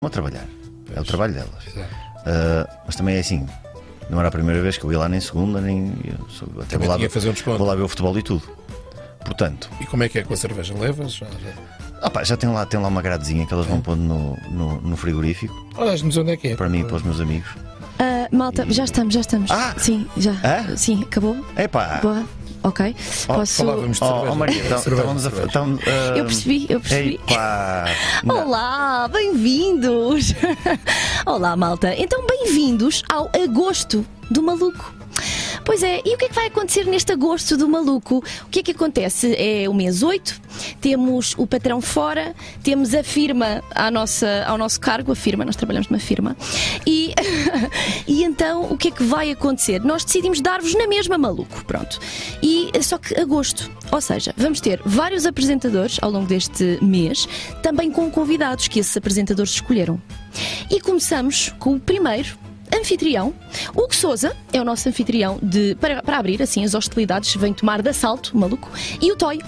vão trabalhar. É o trabalho delas. Exato. Ah, mas também é assim, não era a primeira vez que eu ia lá, nem segunda, nem. eu sou- até Também vou lá, tinha que fazer um desconto. vou lá ver o futebol e tudo. Portanto, E como é que é com a cerveja? Levas? Já- já- ah pá, já tem lá, tem lá uma gradezinha que elas vão pondo no, no, no frigorífico, Olha-nos onde é que é. para mim e para os meus amigos. Ah, malta, já estamos, já estamos. Ah! Sim, já. Ah? Sim, acabou? Epá! Boa. Ok. Posso. Falávamos de Oh, cerveja. oh Maria, então- Cerveja, estávamos a. cerveja. estávamos, ah, Eu percebi, eu percebi. Epá! Não. Olá, bem-vindos! Olá, malta. Então, bem-vindos ao Agosto do Maluco. Pois é, e o que é que vai acontecer neste agosto do maluco? O que é que acontece? É o mês 8, temos o patrão fora, temos a firma à nossa, ao nosso cargo, a firma, nós trabalhamos numa firma, e, e então o que é que vai acontecer? Nós decidimos dar-vos na mesma maluco, pronto. E só que agosto, ou seja, vamos ter vários apresentadores ao longo deste mês, também com convidados que esses apresentadores escolheram. E começamos com o primeiro. Anfitrião, Hugo Souza é o nosso anfitrião de, para, para abrir assim as hostilidades, vem tomar de assalto, maluco, e o Toy.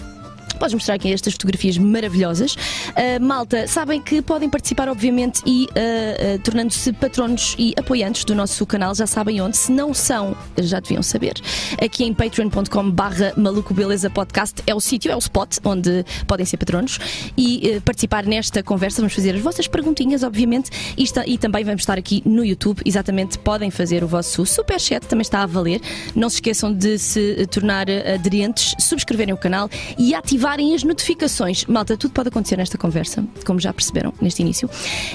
Podes mostrar aqui estas fotografias maravilhosas. Ah, malta, sabem que podem participar, obviamente, e ah, ah, tornando-se patronos e apoiantes do nosso canal, já sabem onde. Se não são, já deviam saber. Aqui em patreon.com barra maluco beleza podcast é o sítio, é o spot onde podem ser patronos e eh, participar nesta conversa. Vamos fazer as vossas perguntinhas, obviamente, e, esta- e também vamos estar aqui no YouTube. Exatamente, podem fazer o vosso super chat, também está a valer. Não se esqueçam de se eh, tornar eh, aderentes, subscreverem o canal e ativarem as notificações. Malta, tudo pode acontecer nesta conversa, como já perceberam neste início.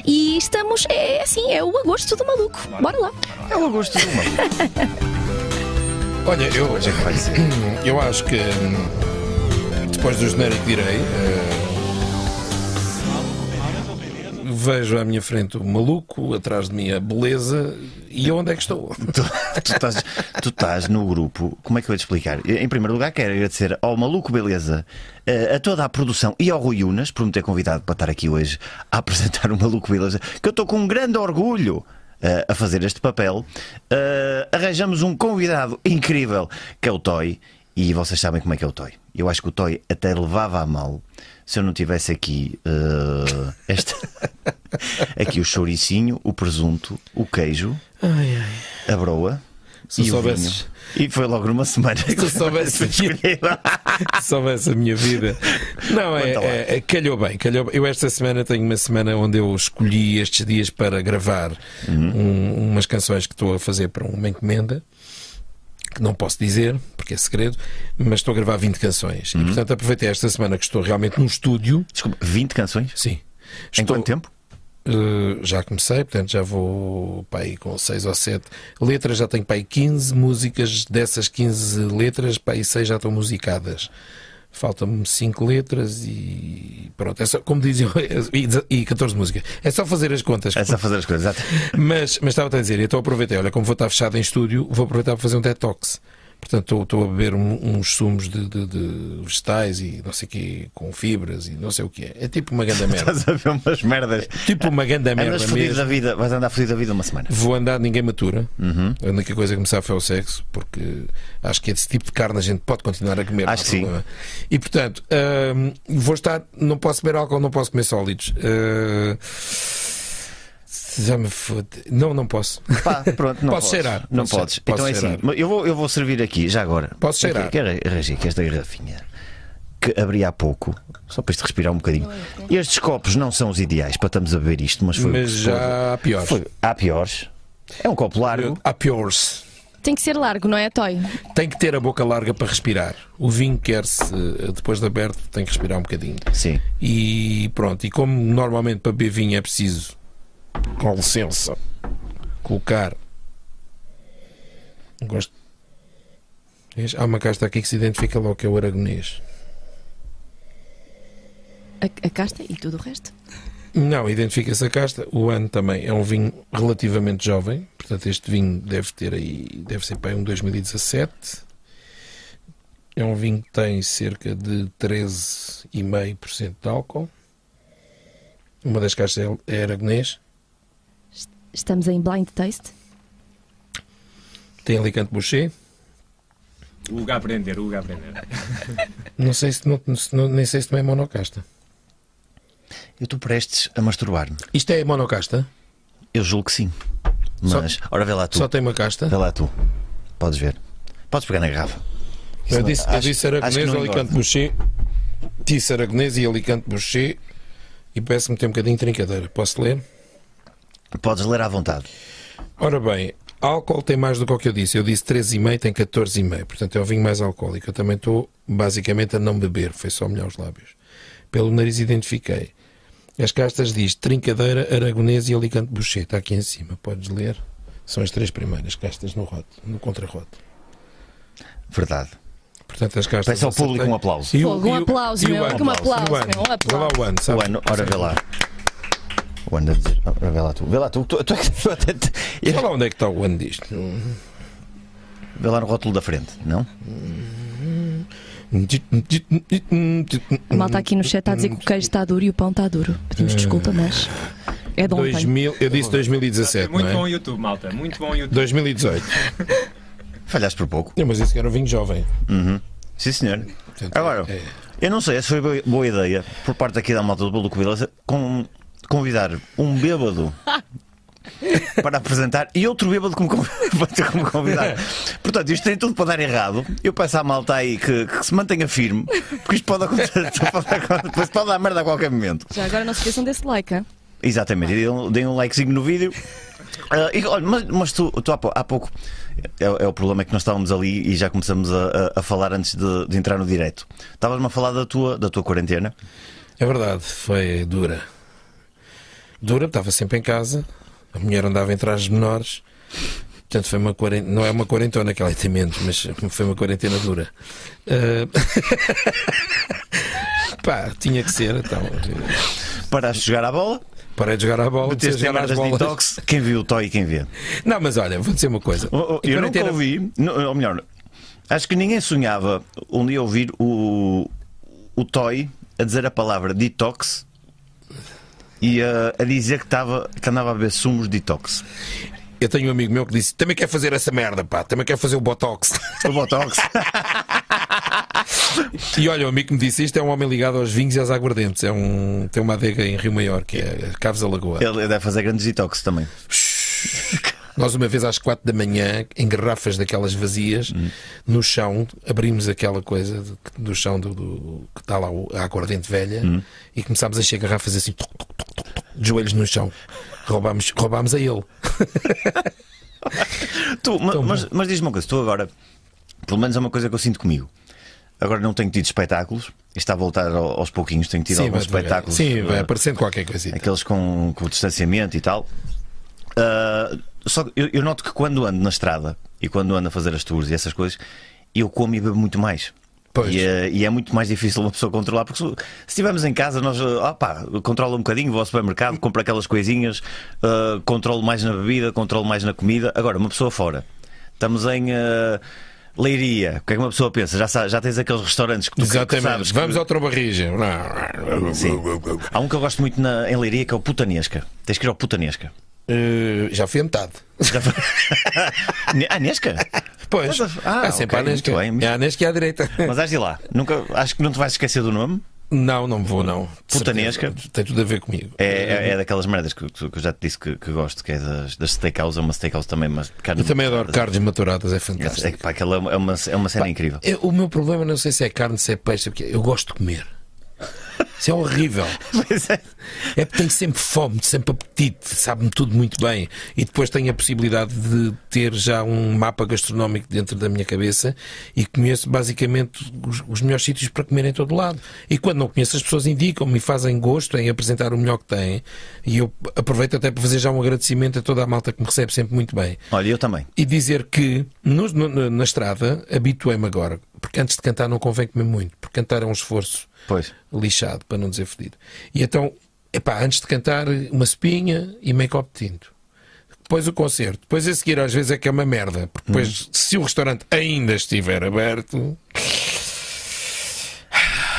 E estamos, é, é assim, é o agosto do maluco. Bora lá. É o agosto do maluco. Olha, eu, Hoje é que vai ser. eu acho que hum, depois do genérico direi. eh, Vejo à minha frente o maluco, atrás de mim a beleza e eu onde é que estou? tu, tu estás, tu estás no grupo, como é que eu ia te explicar? Em primeiro lugar, quero agradecer ao Maluco Beleza, eh, a toda a produção e ao Rui Unas por me ter convidado para estar aqui hoje a apresentar o Maluco Beleza, que eu estou com um grande orgulho. eh, a fazer este papel, Eh, arranjamos um convidado incrível que é o Toy, e vocês sabem como é que é o Toy. Eu acho que o Toy até levava a mal se eu não tivesse aqui eh, esta- aqui o chouricinho, o presunto, o queijo, a broa. Se e o soubesses. vinho. E foi logo numa semana que tu soubesses. foi escolhida. Se soubesse a minha vida. Não, é, Conta lá. é- é- calhou bem, calhou bem. Eu esta semana tenho uma semana onde eu escolhi estes dias para gravar Uhum. um- umas canções que estou a fazer para uma encomenda. Que não posso dizer, porque é segredo, mas estou a gravar 20 canções. Uhum. E portanto aproveitei esta semana que estou realmente num estúdio. Desculpa, 20 canções? Sim. Em Estou- quanto tempo? Uh, já comecei, portanto já vou para aí com 6 ou 7 letras, já tenho para aí 15 músicas, dessas 15 letras, para aí 6 já estão musicadas. Faltam-me 5 letras e pronto, é só, como diziam, e 14 músicas. É só fazer as contas. É só fazer as coisas, exato. Mas, mas estava a dizer, então aproveitei, olha, como vou estar fechado em estúdio, vou aproveitar para fazer um detox. Portanto, estou- estou a beber um- uns sumos de, de- de vegetais e não sei o quê, com fibras e não sei o que é. É tipo uma grande merda. Estás a ver umas merdas. tipo uma grande merda Andas mesmo. fodido da vida, vais andar fodido da vida uma semana. Vou andar, ninguém matura. A única coisa que me sabe foi o sexo, porque acho que esse tipo de carne a gente pode continuar a comer. não há Acho que sim. problema. E portanto, hum, vou estar, não posso beber álcool, não posso comer sólidos. Hum, já me fode. Não, não posso. Pá, pronto, não podes. Posso cheirar, Não posso podes. cheirar, posso então é assim, cheirar. mas eu vou, eu vou servir aqui, já agora. Posso cheirar. Quero quero arranjar aqui esta garrafinha que abri há pouco, só para isto respirar um bocadinho. Estes copos não são os ideais para estamos a beber isto, mas foi. o Mas que se já há piores. pôde. Foi- Há piores. É um copo largo. Há piores. Tem que ser largo, não é, Toy? Tem que ter a boca larga para respirar. O vinho quer-se, eh, depois de aberto, tem que respirar um bocadinho. Sim. E pronto, e como normalmente para beber vinho é preciso, com licença, colocar. Gosto. Vês? Há uma casta aqui que se identifica logo que é o aragonês. A, a casta e tudo o resto. Não, identifica-se a casta. O ano também é um vinho relativamente jovem. Portanto, este vinho deve ter aí, deve ser para aí um 2017. É um vinho que tem cerca de 13,5% de álcool. Uma das castas é é aragonês. Estamos em blind taste. Tem Alicante Boucher. Hugo a aprender, Hugo a aprender. Não sei se, não, se não- nem sei se também é monocasta. Eu estou prestes a masturbar-me. Isto é monocasta? Eu julgo que sim. Só- Mas, ora, vê lá tu. Só tem uma casta? Vê lá tu. Podes ver. Podes pegar na garrafa. Eu disse, eu Acho- disse acho que Aragonês, não Alicante engorda. Boucher. Disse Aragonês e Alicante Boucher. E peço-me ter um bocadinho de trincadeira. Posso ler? Podes ler à vontade. Ora bem, álcool tem mais do que o que eu disse. Eu disse 13,5, tem 14,5. Portanto, é o vinho mais alcoólico. Eu também estou basicamente a não beber. Foi só molhar os lábios. Pelo nariz identifiquei. As castas diz Trincadeira, Aragonês e Alicante Boucher. Está aqui em cima. Podes ler? São as três primeiras castas no rote, no contrarrote. Verdade. Portanto, as castas... Peço ao público acertei. um aplauso. E o- Fogo, um e o- aplauso, e o meu. ano. Que um aplauso, E o ano. meu, um aplauso. Vá lá, o ano, O sabe? ano, ora, vê lá. O ano a dizer. Ora, vê lá tu. Vê lá tu. tu, tu, tu até te- Vê lá onde é que está o ano disto. Vê lá no rótulo da frente, não? É A malta aqui no chat está a dizer que o queijo está duro e o pão está duro. Pedimos desculpa, mas é de ontem. 2000, eu disse 2017, Muito não bom é? YouTube, malta. Muito bom YouTube. 2018. Falhaste por pouco. Não, mas isso que era um vinho jovem. Sim, senhor. Portanto, Agora, é. eu não sei, essa foi boa- boa ideia por parte aqui da malta do Bolo Covilhã com convidar um bêbado para apresentar e outro bêbado como, con- como convidado. Portanto, isto tem tudo para dar errado. Eu peço à malta aí que, que se mantenha firme, porque isto pode acontecer, pode, acontecer- pode dar merda a qualquer momento. Já agora não se esqueçam desse like, hein? Exatamente, e deem um- deem um likezinho no vídeo. Ah, e, olha, mas, mas tu, tu há, pou- há pouco é, é o problema é que nós estávamos ali e já começamos a, a- a falar antes de, de entrar no direto. Estavas-me a falar da tua, da tua quarentena. É verdade, foi dura. Dura, estava sempre em casa, a mulher andava entre as menores, portanto foi uma quarentena, não é uma quarentena que ela tem menos, mas foi uma quarentena dura. Ah, Pá, tinha que ser, então. Paraste de jogar à bola, Parei de jogar à bola, de meteste em jogar às merdas de bolas. detox. Quem viu o Toy e quem vê. Não, mas olha, vou dizer uma coisa. Oh, oh, A Eu nunca quarentena- ouvi, nu- ou melhor, acho que ninguém sonhava um dia ouvir o, o Toy a dizer a palavra detox e a, a dizer que, estava, que andava a beber sumos detox. Eu tenho um amigo meu que disse: também quer fazer essa merda, pá, também quer fazer o botox. O botox. E olha, o amigo que me disse isto é um homem ligado aos vinhos e às aguardentes. É um, tem uma adega em Rio Maior, que é Caves da Lagoa. Ele deve fazer grandes detox também. Nós, uma vez às quatro da manhã, em garrafas daquelas vazias, Hum. no chão, abrimos aquela coisa do, do chão do, do- que está lá o- a aguardente velha Hum. e começámos a encher garrafas assim, toc, toc, toc, toc, toc, de joelhos no chão. Roubámos, roubámos a ele. Tu, ma- mas, mas diz-me uma coisa, tu agora, pelo menos é uma coisa que eu sinto comigo. Agora não tenho tido espetáculos, isto está a voltar ao- aos pouquinhos, tenho tido alguns vai devagar. espetáculos. é. Sim, vai eh, aparecendo qualquer coisita. aqueles com, com o distanciamento e tal. Ah, só que eu, eu noto que quando ando na estrada e quando ando a fazer as tours e essas coisas, eu como e bebo muito mais. Pois. E, eh, e é muito mais difícil uma pessoa controlar, porque se se estivermos em casa, nós ah, opá, controla um bocadinho, vou ao supermercado, compro aquelas coisinhas, ah, controlo mais na bebida, controlo mais na comida. Agora, uma pessoa fora, estamos em ah, Leiria, o que é que uma pessoa pensa? Já, sa- já tens aqueles restaurantes que tu que sabes Exatamente. que- Vamos ao Trobarrija. Sim. Há um que eu gosto muito na, em Leiria que é o Putanesca. Tens que ir ao Putanesca. Eh, já fui a metade. Já foi- ah, Nesca? Pois, What the f- ah, há ok, sempre a Anesca. muito bem, muito- É a Anesca e à direita. Mas acho de lá. Nunca, acho que não te vais esquecer do nome. Não, não vou, não. De Putanesca. certeza. Tem tudo a ver comigo. É, é- é daquelas merdas que, que eu já te disse que, que gosto, que é das, das steakhouse. É uma steakhouse também, mas carne. Eu também adoro carnes maturadas, é fantástico. É, pá, aquela é uma- é uma, é uma cena incrível. Eu- o meu problema não sei se é carne, se é peixe, porque eu gosto de comer. Isso é horrível. Pois é. É porque tenho sempre fome, sempre apetite, sabe-me tudo muito bem. E depois tenho a possibilidade de ter já um mapa gastronómico dentro da minha cabeça e conheço basicamente os, os melhores sítios para comer em todo lado. E quando não conheço, as pessoas indicam-me e fazem gosto em apresentar o melhor que têm. E eu aproveito até para fazer já um agradecimento a toda a malta que me recebe sempre muito bem Olha, eu também. e dizer que nos- no- no- na estrada habituei-me agora, porque antes de cantar não convém comer muito, porque cantar é um esforço Pois. lixado, para não dizer fedido. E então, epá, antes de cantar, uma espinha e make-up tinto. Depois o concerto. Depois a seguir, às vezes, é que é uma merda. Porque depois, Hum. se o restaurante ainda estiver aberto.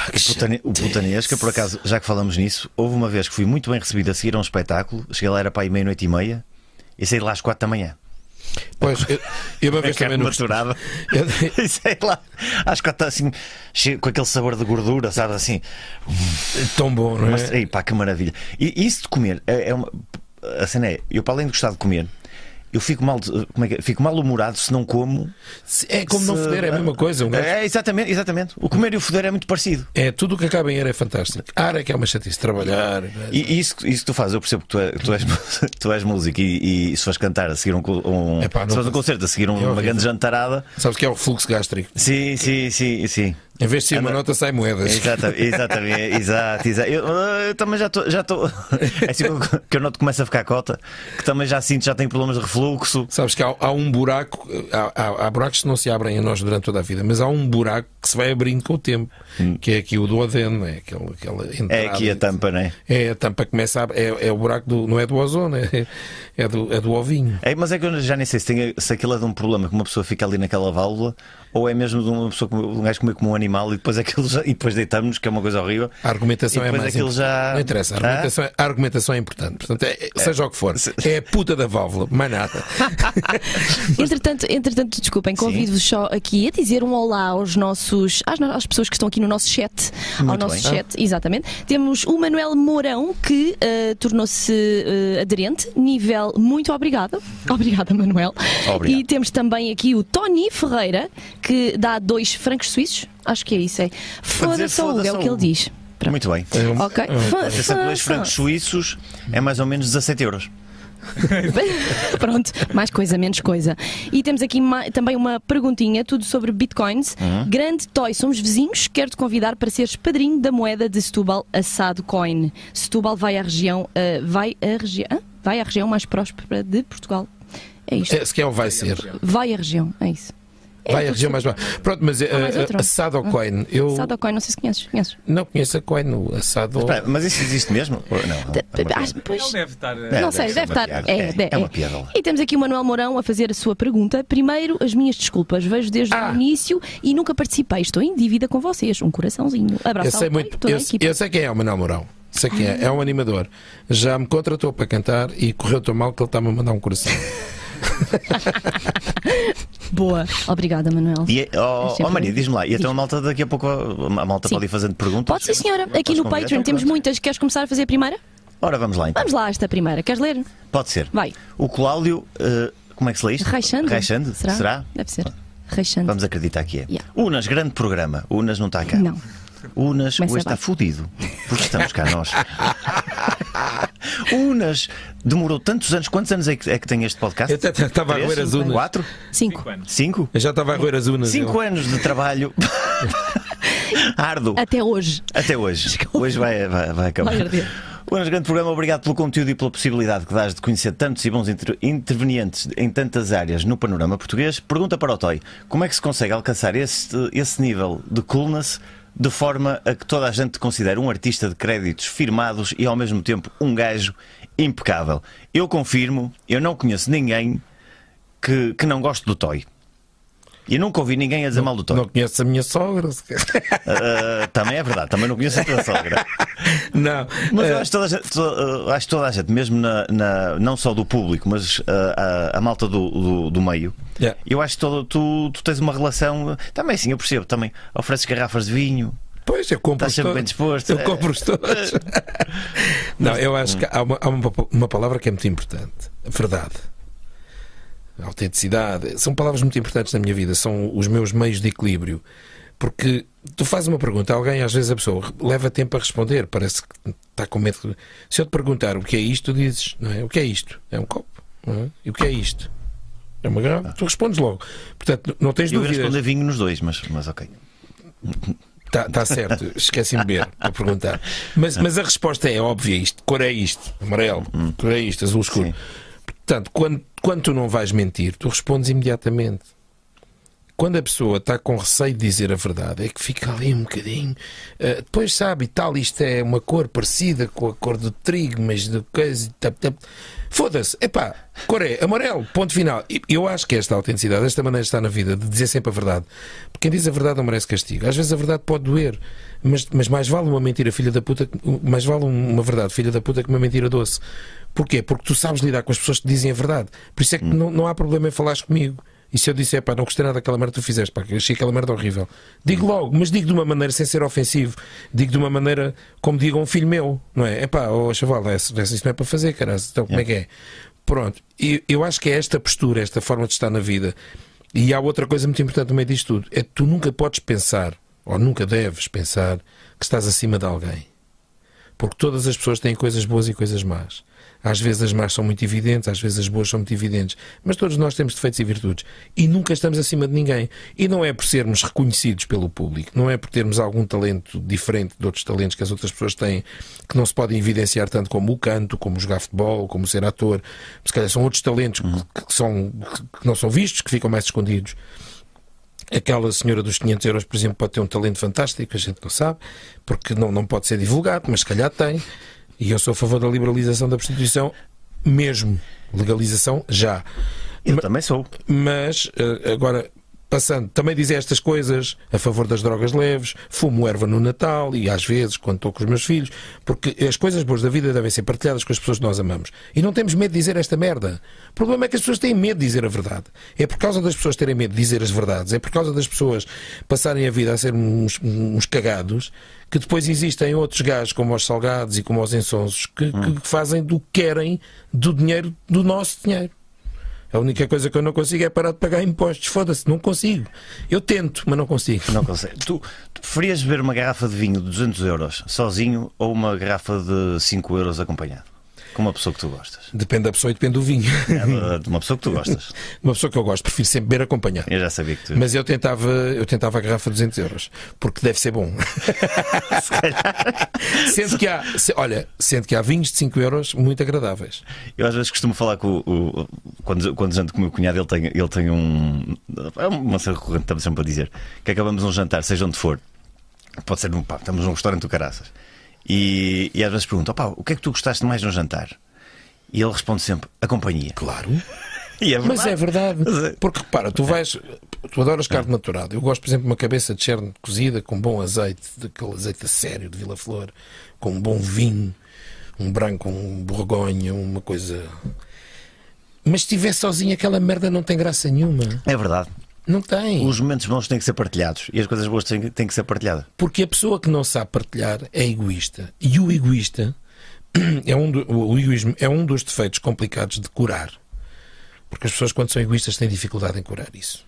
O Putane- O Putanesca, por acaso, já que falamos nisso, houve uma vez que fui muito bem recebido a seguir a um espetáculo. Cheguei lá, era para aí meia-noite e meia e saí de lá às quatro da manhã. Pois, eu, eu uma É vez carne também não gostei. É maturada. Eu- Sei lá. Acho que está assim, cheio- com aquele sabor de gordura, sabe? Assim. Tão bom, não Mas, é? ei, pá, que maravilha. E isso de comer é, é uma. A cena é, eu para além de gostar de comer, eu fico mal, de- como é que é? fico mal humorado se não como. É como não se- foder, é a mesma coisa. Um gajo... É, exatamente, exatamente. O comer e o foder é muito parecido. É, tudo o que acaba em era é fantástico. Ara é que é uma chatice. Trabalhar. é? E e isso, isso que tu fazes, eu percebo que tu, é- tu és, tu és músico e, e se fores cantar a seguir um, co- um- Epá, não se fores um faço. concerto, a seguir um- É uma horrível. grande jantarada. Sabes que é o fluxo gástrico. Sim, sim, sim, sim. Em vez de sair uma Anda- nota, sai moedas. Exatamente, exatamente, exato, exato. Eu, eu também já estou. Já estou- é assim que eu- que eu noto que começa a ficar cota, que também já sinto, já tenho problemas de refluxo. Sabes que há, há um buraco, há, há- há buracos que não se abrem a nós durante toda a vida, mas há um buraco que se vai abrindo com o tempo, que é aqui o do Oden, é aquela, aquela entrada. Hum. É aqui a tampa, não é? É a tampa que começa a ab- é, é o buraco do. não é do ozono, é, é do, é do ovinho. É, mas é que eu já nem sei se, tem, se aquilo é de um problema que uma pessoa fica ali naquela válvula ou é mesmo de uma pessoa, que- um gajo comer como um animal e depois, aquilo já, e depois deitamos-nos, que é uma coisa horrível. A E argumentação é depois mais aquilo importante. já- Não interessa, a Ah? argumentação, é- a argumentação é importante. Portanto, é- é- seja o que for, Se- é a puta da válvula, mais nada. Entretanto, entretanto desculpem, convido-vos só aqui a dizer um olá aos nossos, às, no- às pessoas que estão aqui no nosso chat. ao Muito nosso bem. chat, exatamente. Temos o Manuel Mourão, que eh, tornou-se eh, aderente, nível muito obrigada. Obrigada, Manuel. Obrigado. E temos também aqui o Tony Ferreira, que dá dois francos suíços. Acho que é isso, é. Foda-se ao Hugo, foda-se é ao o que ele Hugo. diz. Pronto. Muito bem. É um- Ok. Essa dois francos suíços é mais ou menos 17 euros. Pronto, mais coisa, menos coisa. E temos aqui ma- também uma perguntinha, tudo sobre bitcoins. Grande Toy, somos vizinhos, quero-te convidar para seres padrinho da moeda de Setúbal, a Sadcoin. Setúbal vai à região, ah, vai à região, hã? vai à região mais próspera de Portugal. É isto. é, se quer, vai ser. Vai à região, é isso. Vai a região mais baixa. Pronto, mas eh, mais outro. a, a Sadocoin, eu Sadcoin, não sei se conheces. conheces? não conheço a coin, o- a Sado. Espera, mas isso existe mesmo? Ou- Não, não. é uma piada. Acho- Ele Ah, pois- deve estar. eh, É, não deve sei, ser deve uma estar. piada. É, é uma piada. E temos aqui o Manuel Mourão a fazer a sua pergunta. Primeiro, as minhas desculpas. Vejo desde Ah. o início e nunca participei. Estou em dívida com vocês. Um coraçãozinho. Abraço Eu sei ao muito. pai, toda Eu, a um né, equipa. eu sei quem é o Manuel Mourão. Sei quem é. É um animador. Já me contratou para cantar e correu tão mal que ele está-me a mandar um coração. Boa. Obrigada, Manuel. E, É oh, sempre oh Maria, muito- diz-me lá, e então a malta daqui a pouco a malta Sim. pode ir fazendo perguntas? Pode sim, senhora. Aqui Podes no convidar? Patreon temos muitas. Queres começar a fazer a primeira? Ora, vamos lá então. Vamos lá, a esta primeira. Queres ler? Pode ser. Vai. O Cláudio, eh, como é que se lê isto? Reixando? Reixando? Será? Deve ser. Reixando. Vamos acreditar que é. Yeah. Unas, grande programa. Unas não está cá. Não. Unas, Começa hoje está abaixo. fudido. Porque estamos cá nós. Unas, demorou tantos anos. Quantos anos é que, é que tem este podcast? Eu até- até estava a Três? roer as unas. Quatro? Cinco. Cinco anos. Cinco? Eu já estava a roer as unas. Cinco eu. anos de trabalho. Ardo. Até hoje. Até hoje. Desculpa. Hoje vai, vai, vai acabar. Vai arder. Buenas, grande programa. Obrigado pelo conteúdo e pela possibilidade que dás de conhecer tantos e bons inter- intervenientes em tantas áreas no panorama português. Pergunta para o Toy: como é que se consegue alcançar esse, esse nível de coolness de forma a que toda a gente te considere um artista de créditos firmados e ao mesmo tempo um gajo impecável? Eu confirmo, eu não conheço ninguém que, que não goste do Toy. E nunca ouvi ninguém a dizer mal do Toy. Não conheço a minha sogra. se quer. Ah, também é verdade, também não conheço a tua sogra. Não. Mas eu Eh, acho toda a gente, to- eh, acho toda a gente mesmo na, na- não só do público, mas eh, a, a malta do, do, do meio. Yeah. Eu acho que todo- tu, tu tens uma relação. Também assim, eu percebo. Também ofereces garrafas de vinho. Pois, eu compro Estás Tá sempre bem disposto. Eu É. compro-os todos. Não, eu acho que há, uma, há uma, uma palavra que é muito importante. A Verdade. A Autenticidade. São palavras muito importantes na minha vida. São os meus meios de equilíbrio. Porque tu fazes uma pergunta a alguém, às vezes a pessoa leva tempo a responder. Parece que está com medo. Se eu te perguntar o que é isto, tu dizes, não é? O que é isto? É um copo. Não é? E o que é isto? É uma garrafa. Tu respondes logo. Portanto, não tens Eu ia dúvidas. responder vinho nos dois, mas, mas ok. Está Tá, certo, esqueci-me de ver para perguntar. Mas, mas a resposta é óbvia: isto, cor é isto, amarelo, cor é isto, azul escuro. Sim. Portanto, quando, quando tu não vais mentir, tu respondes imediatamente. quando a pessoa está com receio de dizer a verdade, é que fica ali um bocadinho. eh, depois sabe, e tal, isto é uma cor parecida com a cor do trigo, mas do coisa. e tap, tap. Foda-se, epá, cor é amarelo, ponto final. E Eu acho que esta autenticidade, esta maneira de estar na vida, de dizer sempre a verdade, porque quem diz a verdade não merece castigo. Às vezes a verdade pode doer, mas, mas mais vale uma mentira filha da puta, que- mais vale um, uma verdade filha da puta que uma mentira doce. Porquê? Porque tu sabes lidar com as pessoas que te dizem a verdade. Por isso é que não, não há problema em falares comigo. E se eu disser, pá, não gostei nada daquela merda que tu fizeste, pá, achei aquela merda horrível. Digo logo, mas digo de uma maneira sem ser ofensivo. Digo de uma maneira como diga um filho meu, não é? É pá, ô chaval, é- isso não é para fazer, caralho. Então como é que é? Pronto. E eu acho que é esta postura, esta forma de estar na vida. E há outra coisa muito importante no meio disto tudo. É que tu nunca podes pensar, ou nunca deves pensar, que estás acima de alguém. Porque todas as pessoas têm coisas boas e coisas más. Às vezes as más são muito evidentes, às vezes as boas são muito evidentes. Mas todos nós temos defeitos e virtudes. E nunca estamos acima de ninguém. E não é por sermos reconhecidos pelo público, não é por termos algum talento diferente de outros talentos que as outras pessoas têm, que não se podem evidenciar tanto como o canto, como jogar futebol, como ser ator. Se calhar são outros talentos que, que são, que- que não são vistos, que ficam mais escondidos. Aquela senhora dos 500 euros, por exemplo, pode ter um talento fantástico, a gente não sabe, porque não, não pode ser divulgado, mas se calhar tem. E eu sou a favor da liberalização da prostituição, mesmo. Legalização já. Eu também sou. Mas, eh, agora, passando, também dizer estas coisas a favor das drogas leves, fumo erva no Natal e às vezes quando estou com os meus filhos, porque as coisas boas da vida devem ser partilhadas com as pessoas que nós amamos. E não temos medo de dizer esta merda. O problema é que as pessoas têm medo de dizer a verdade. É por causa das pessoas terem medo de dizer as verdades, é por causa das pessoas passarem a vida a ser uns, uns cagados, que depois existem outros gajos como os salgados e como os ensonsos que, que fazem do que querem do dinheiro, do nosso dinheiro. A única coisa que eu não consigo é parar de pagar impostos. Foda-se, não consigo. Eu tento, mas não consigo. Não consigo. Tu, tu preferias beber uma garrafa de vinho de 200 euros sozinho ou uma garrafa de 5 euros acompanhado? Com uma pessoa que tu gostas. Depende da pessoa e depende do vinho. É, De uma pessoa que tu gostas. Uma pessoa que eu gosto, prefiro sempre beber acompanhado. Eu já sabia que tu. Mas eu tentava, eu tentava a garrafa de 200 euros, porque deve ser bom. sendo que há, se- olha, sendo que há vinhos de 5 euros muito agradáveis. Eu às vezes costumo falar com o. o- quando, quando janto com o meu cunhado, ele tem, ele tem um. É uma cena recorrente, estamos sempre a dizer. Que acabamos um jantar, seja onde for. Pode ser num. Pá, estamos num restaurante do caraças. E, e às vezes pergunto: opá, o que é que tu gostaste mais num jantar? E ele responde sempre: a companhia. Claro. E é Mas é verdade. Mas é- Porque repara, tu vais. Tu adoras carne maturada. Eu gosto, por exemplo, de uma cabeça de cerne cozida com bom azeite, daquele azeite a sério de Vila Flor, com um bom vinho, um branco, um borgonha, uma coisa. Mas se estiver sozinho, aquela merda não tem graça nenhuma. É verdade. Não tem. Os momentos bons têm que ser partilhados e as coisas boas têm, têm que ser partilhadas. Porque a pessoa que não sabe partilhar é egoísta. E o egoísta é um, do- o egoísmo é um dos defeitos complicados de curar. Porque as pessoas, quando são egoístas, têm dificuldade em curar isso.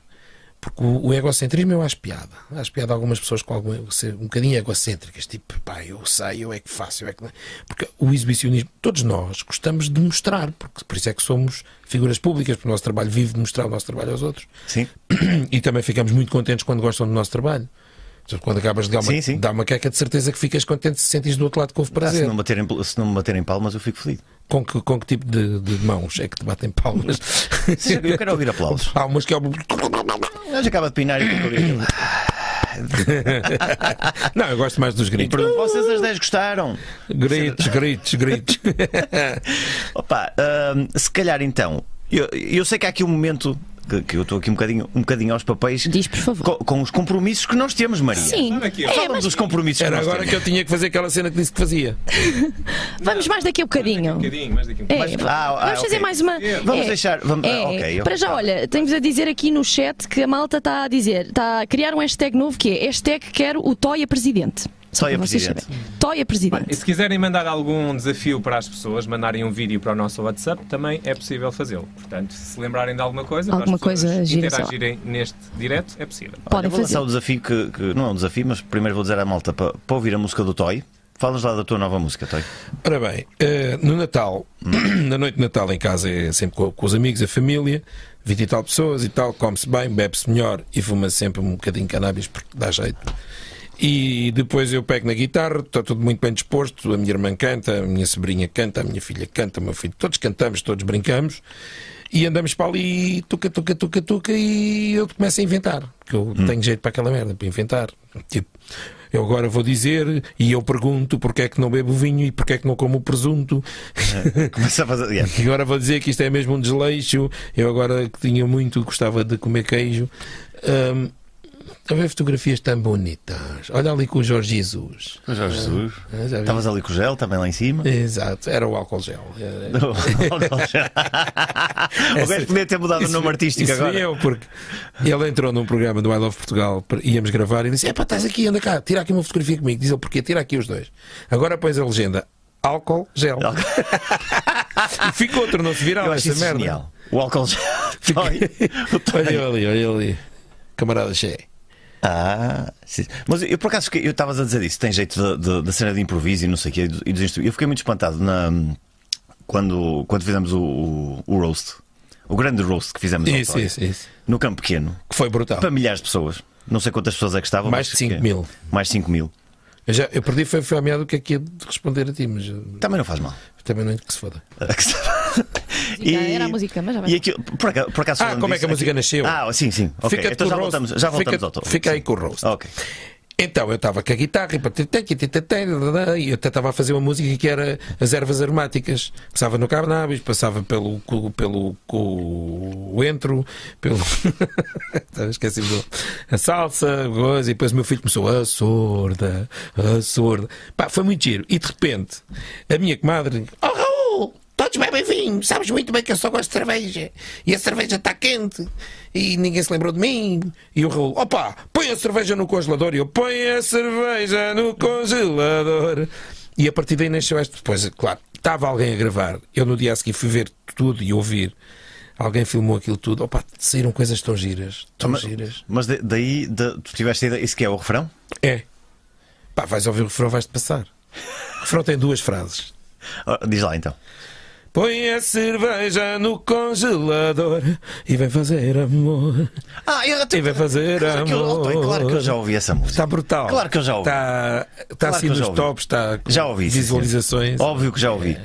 Porque o, o egocentrismo eu acho piada. Acho piada a algumas pessoas com algum, ser um bocadinho egocêntricas, tipo, pá, eu sei, eu é que faço, eu é que não. Porque o exibicionismo, todos nós gostamos de mostrar, porque por isso é que somos figuras públicas, porque o nosso trabalho vive de mostrar o nosso trabalho aos outros Sim. e também ficamos muito contentes quando gostam do nosso trabalho. Portanto, Quando acabas de dar uma, Sim, sim. dar uma queca, de certeza que ficas contente se sentires do outro lado que houve Ah, Se prazer. não, me baterem, se não me baterem palmas, eu fico feliz. Com, que, com que tipo de, de mãos é que te batem palmas? Sim, Eu quero ouvir aplausos. Há umas que é o- Mas acaba de pinar e fico ali. Não, eu gosto mais dos E gritos. pergunto, vocês as 10 gostaram? Gritos, gritos, gritos. Opa, hum, se calhar então, eu, eu sei que há aqui um momento que, que eu estou aqui um bocadinho, um bocadinho aos papéis Diz, por favor. co- com, os compromissos que nós temos, Maria. Sim. Olha aqui, ó. É, Falamos mas dos compromissos Era que nós agora que temos. eu tinha que fazer aquela cena que disse que fazia. vamos mais daqui a Um bocadinho. bocadinho, mais daqui a um É, bocadinho. vamos ah, ah, ok. fazer mais uma. Vamos é, deixar- vamos- é, ah, ok, eu- para já, tá. olha, tenho-vos a dizer aqui no chat que a malta está a dizer, está a criar um hashtag novo que é hashtag quero o Toia Presidente. Só Toia para vocês Presidente. saberem. Toia Presidente. E se quiserem mandar algum desafio para as pessoas, mandarem um vídeo para o nosso WhatsApp, também é possível fazê-lo. Portanto, se se lembrarem de alguma coisa, para Alguma as pessoas coisa gira, sei lá. interagirem neste direto, é possível. Olha, Podem vou fazer. lançar o desafio que, que não é um desafio, mas primeiro vou dizer à malta para, para ouvir a música do Toy. Falas lá da tua nova música, Toy. Ora bem, eh, no Natal, na noite de Natal em casa é sempre co- com, os amigos, a família, 20 e tal pessoas e tal, come-se bem, bebe-se melhor e fuma sempre um bocadinho de cannabis porque dá jeito. E depois eu pego na guitarra, está tudo muito bem disposto. A minha irmã canta, a minha sobrinha canta, a minha filha canta, o meu filho. Todos cantamos, todos brincamos. E andamos para ali, tuca, tuca, tuca, tuca, e eu começo a inventar. Porque eu tenho jeito para aquela merda, para inventar. Tipo, eu agora vou dizer, e eu pergunto porque é que não bebo vinho e porque é que não como presunto. Começa a fazer. yeah. E agora vou dizer que isto é mesmo um desleixo. Eu agora que tinha muito, gostava de comer queijo. Hum, a ver fotografias tão bonitas. Olha ali com o Jorge Jesus. Mas, ó, Jesus. Ah, já É. vi? Estavas ali com o gel também lá em cima. Exato, era o álcool gel. Eh, Era- o gajo podia ter mudado o nome artístico É, Isso é agora. fui eu, porque ele entrou num programa do I Love Portugal, per- íamos gravar e disse: Epá, estás aqui, anda cá, tira aqui uma fotografia comigo. Diz ele: Porquê? Tira aqui os dois. Agora pões a legenda: álcool, gel. E Ficou, tornou-se viral Eu acho essa isso merda. genial. O álcool gel. O Toy. Olha eu ali, olha eu ali. Camarada cheio. Ah, sim. Mas eu por acaso fiquei- eu estavas a dizer isso, tem jeito da- da- da cena de improviso e não sei o quê, e do- e dos instrumentos. Eu fiquei muito espantado na, quando, quando fizemos o, o, o roast, o grande roast que fizemos ao Isso, Toy, isso, isso. no campo pequeno, Que foi brutal. para milhares de pessoas. Não sei quantas pessoas é que estavam. Mais mas de 5 que- mil. Mais 5 mil. Eu, já, eu perdi, foi, foi a meada do que é que ia responder a ti, mas eh, Também não faz mal. também não é que se foda. E- Era a música, mas já vai. E aquilo, por acaso, por acaso Ah, falando como é disso, que a música aqui- nasceu? Ah, sim, sim. Ok, Fica-te então com já o roast. voltamos, já voltamos Fica- ao topo. Fica aí com o roast. Ok. Então eu estava com a guitarra e pá, tê, tê, tê, tê, tê, tê, e eu até estava a fazer uma música que era as ervas aromáticas. Passava no cannabis, passava pelo cu- pelo coentro, pelo Estava esquecido do- a salsa, coisa, e depois o meu filho começou a sorda, a sorda. Pá, foi muito giro. E de repente, a minha comadre, oh Raul, todos bebem vinho, sabes muito bem que eu só gosto de cerveja. E a cerveja está quente. E ninguém se lembrou de mim. E o Raul, opa, põe a cerveja no congelador. E eu, põe a cerveja no congelador. E a partir daí nasceu este. Depois, claro, estava alguém a gravar. Eu no dia a seguir fui ver tudo e ouvir. Alguém filmou aquilo tudo. Opa, saíram coisas tão giras. Tão Mas- giras. Mas de- daí de- tu tiveste a ideia, isso que é o refrão? É. Pá, vais ouvir o refrão, vais-te passar. O refrão tem duas frases. Ah, Diz lá então. Põe a cerveja no congelador e vem fazer amor. Ah, eu até E vai fazer claro que eu- amor. Opa, Claro que eu já ouvi essa música. Está Tá brutal. Claro que eu já ouvi. Está, Claro está que assim eu já nos ouvi. tops, está com Já ouvi. sim, Oh, visualizações. É. senhor. Óbvio que já ouvi.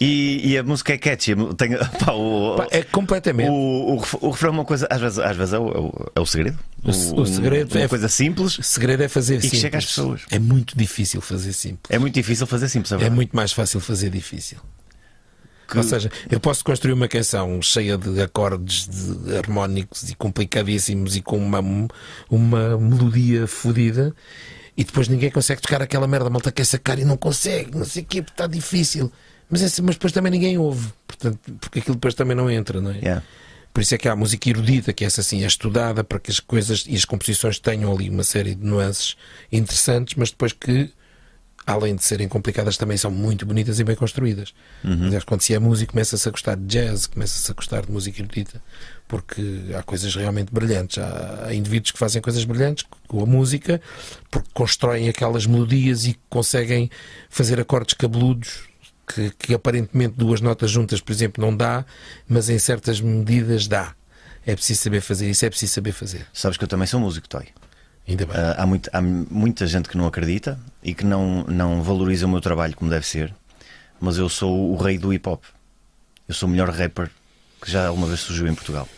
E, e a música é catchy. Tem, pá, o, Pá, é completamente. o, o, ref- o refrão é uma coisa, às vezes, às vezes é, o, é o- é o segredo. O se- o segredo uma é- coisa simples. O segredo é fazer que simples. chega às pessoas. É muito difícil fazer simples. É muito difícil fazer simples, é É verdade. muito mais fácil fazer difícil. Que- Ou seja, eu posso construir uma canção cheia de acordes de harmónicos e complicadíssimos e com uma, uma melodia fodida e depois ninguém consegue tocar aquela merda. A malta quer sacar e não consegue, não sei o quê, porque está difícil. Mas, esse- mas depois também ninguém ouve, portanto, porque aquilo depois também não entra, não é? Yeah. Por isso é que há a música erudita, que essa assim é estudada para que as coisas e as composições tenham ali uma série de nuances interessantes, mas depois que, além de serem complicadas, também são muito bonitas e bem construídas. Aliás, quando se é músico, começa-se a gostar de jazz, começa-se a gostar de música erudita, porque há coisas realmente brilhantes. Há, há indivíduos que fazem coisas brilhantes com a música, porque constroem aquelas melodias e conseguem fazer acordes cabeludos que, que aparentemente duas notas juntas, por exemplo, não dá, mas em certas medidas dá. É preciso saber fazer isso, é preciso saber fazer. Sabes que eu também sou músico, Toy. Ainda bem. Ah, há, muito- há muita gente que não acredita e que não, não valoriza o meu trabalho como deve ser, mas eu sou o rei do hip hop. Eu sou o melhor rapper que já alguma vez surgiu em Portugal.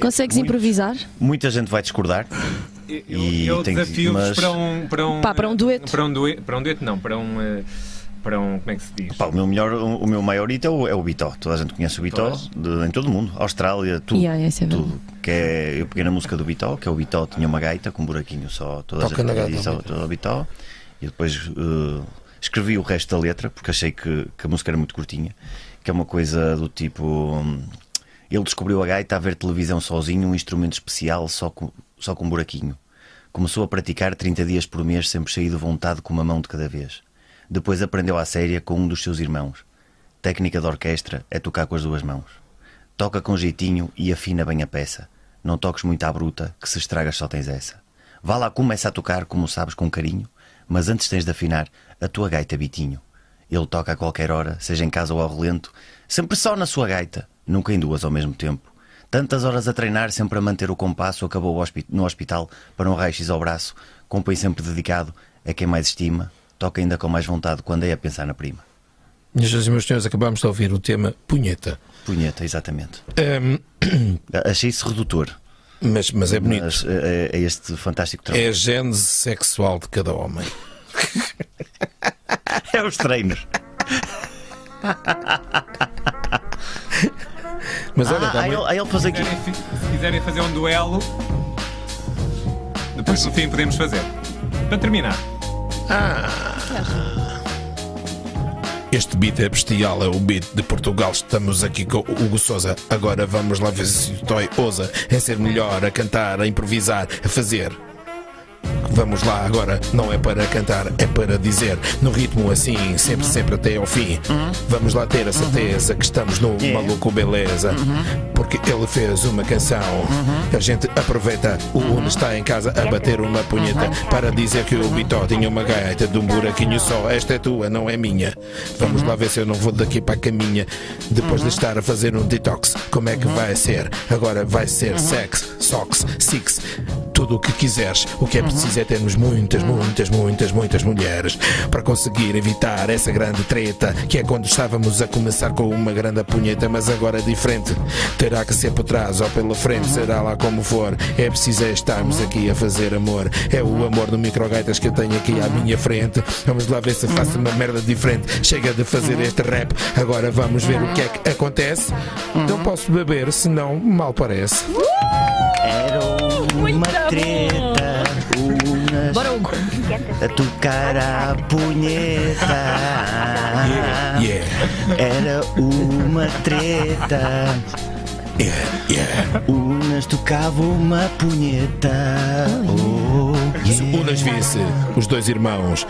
Consegues improvisar? Muita gente vai discordar. Eu, E eu tem que- desafio-vos mas- para, um, para um. Pá, para um dueto. Para um dueto, para um dueto não, para um. eh, Para um. Como é que se diz? Pá, o meu melhor, o meu maior hito é o, é o Bitó. Toda a gente conhece o Bitó Todas. de- em todo o mundo, Austrália, tudo. Yeah, yeah, isso é tudo. Que é, eu peguei na música do Bitó, que é o Bitó tinha uma gaita com um buraquinho só, toda a Toca na gente gaita, diz ao ao- todo ao Bitó. E depois eh, escrevi o resto da letra porque achei que, que a música era muito curtinha, que é uma coisa do tipo hum, ele descobriu a gaita a ver televisão sozinho, um instrumento especial só com, só com um buraquinho. Começou a praticar 30 dias por mês, sempre cheio de vontade com uma mão de cada vez. Depois aprendeu à séria com um dos seus irmãos. Técnica de orquestra é tocar com as duas mãos. Toca com jeitinho e afina bem a peça. Não toques muito à bruta, que se estragas só tens essa. Vá lá, começa a tocar, como sabes, com carinho, mas antes tens de afinar a tua gaita, Bitinho. Ele toca a qualquer hora, seja em casa ou ao relento, sempre só na sua gaita, nunca em duas ao mesmo tempo. Tantas horas a treinar, sempre a manter o compasso, acabou o hospi- no hospital para um raio-x ao braço, com o país sempre dedicado a quem mais estima, toca ainda com mais vontade quando é a pensar na prima. Minhas senhoras e meus senhores, acabámos de ouvir o tema Punheta. Punheta, exatamente. Ahm, Achei isso redutor. mas, mas é bonito. Mas é, é este fantástico trabalho. É a gênese sexual de cada homem. É, os treinos. Mas olha, Ah, dá aí uma- ele, aí ele pôs aqui. quiserem, se quiserem fazer um duelo, depois no fim podemos fazer. Para terminar, este beat é bestial, é o beat de Portugal. Estamos aqui com o Hugo Souza. Agora vamos lá ver se o Toy ousa em ser melhor, a cantar, a improvisar, a fazer. Vamos lá agora, não é para cantar, é para dizer. No ritmo assim, sempre, sempre até ao fim. Vamos lá ter a certeza que estamos no Yeah. maluco beleza. Porque ele fez uma canção. A gente aproveita, o Uno está em casa a bater uma punheta para dizer que o Bitó tinha uma gaita de um buraquinho só. Esta é tua, não é minha. Vamos lá ver se eu não vou daqui para a caminha. Depois de estar a fazer um detox, como é que vai ser? Agora vai ser sex, socks, six tudo o que quiseres. O que é preciso é termos muitas, muitas, muitas, muitas mulheres para conseguir evitar essa grande treta que é quando estávamos a começar com uma grande punheta, mas agora é diferente. Terá que ser por trás ou pela frente, será lá como for. É preciso é estarmos aqui a fazer amor. É o amor do microgaitas que eu tenho aqui à minha frente. Vamos lá ver se faço uma merda diferente. Chega de fazer este rap. Agora vamos ver o que é que acontece. Não posso beber, senão mal parece. Era Muito uma bom. treta, unas Bora, Hugo. a tocar a punheta. Yeah, Era uma treta, yeah, yeah. unas tocava uma punheta. Oh, Se yeah. Unas visse os dois irmãos.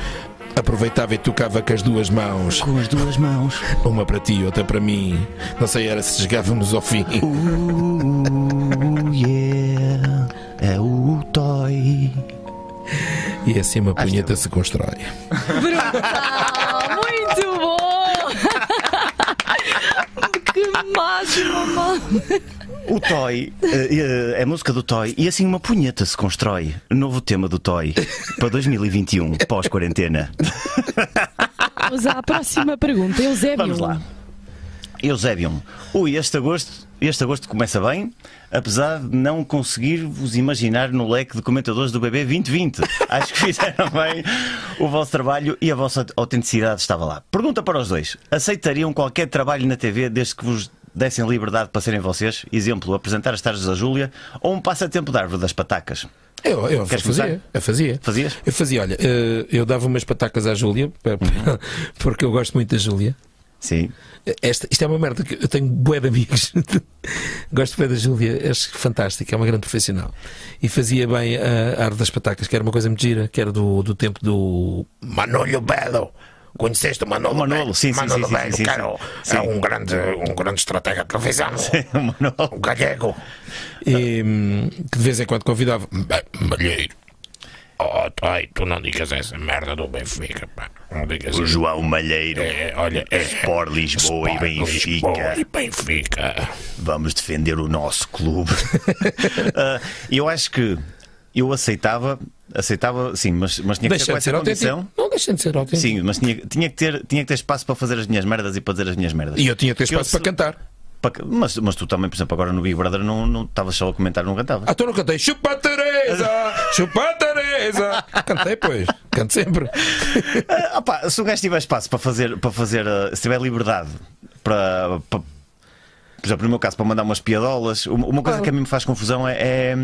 Aproveitava e tocava com as duas mãos, Com as duas mãos. uma para ti, outra para mim. Não sei era se chegávamos ao fim. Uh, yeah. É o toy. E assim uma punheta se constrói. Ah, muito bom! que máximo, mano. O Toy, eh, eh, a música do Toy, e assim uma punheta se constrói. Novo tema do Toy para 2021, pós-quarentena. Vamos à próxima pergunta. Eusébio. Vamos lá. Eusébion, ui, este agosto, este agosto começa bem, apesar de não conseguir vos imaginar no leque de comentadores do BB 2020. Acho que fizeram bem o vosso trabalho e a vossa autenticidade estava lá. Pergunta para os dois: aceitariam qualquer trabalho na TV desde que vos dessem liberdade para serem vocês? Exemplo, apresentar as tardes da Júlia ou um passatempo da árvore das patacas? Eu, eu Queres fazia, começar? eu fazia. Fazias? Eu fazia, olha, eh, eu dava umas patacas à Júlia, pa- pa- Uhum. porque eu gosto muito da Júlia. Sim. Esta, isto é uma merda que eu tenho bué de amigos. Gosto bué da Júlia, acho fantástica, é uma grande profissional. E fazia bem a a Arte das Patacas, que era uma coisa muito gira, que era do, do tempo do Manolo Belo. Conheceste o Manolo, O Manolo, Belo? sim, sim, Manolo sim, sim, Belo, sim, sim. claro, Sim. é um grande, um grande estratega de televisão. Manuel. Um gallego. E, hum, que de vez em quando convidava. "Bem, Malheiro. Oh, tai, tu não digas essa merda do Benfica, pá. Não digas O João Malheiro, É, olha, é. Sport Lisboa e Sport, Benfica. Lisboa e Benfica. vamos defender o nosso clube. Ah, eu acho que eu aceitava, aceitava, sim, mas, mas tinha que ser Deixa com de ser essa condição. autêntico. Não deixa de ser autêntico. Sim, mas tinha, tinha que ter, tinha que ter espaço para fazer as minhas merdas e para dizer as minhas merdas. E eu tinha que ter espaço Eu- para cantar. Para- mas, mas tu também, por exemplo, agora no Big Brother não não estavas só a comentar, não cantavas. Ah, então não cantei. Chupa a Teresa! Chupa a Teresa! Cantei, pois. Canto sempre. Ah, pá, se o gajo tiver espaço para fazer, para fazer ah, se tiver liberdade para, para- por exemplo, no meu caso, para mandar umas piadolas, um, uma uma coisa que a mim me faz confusão é, é,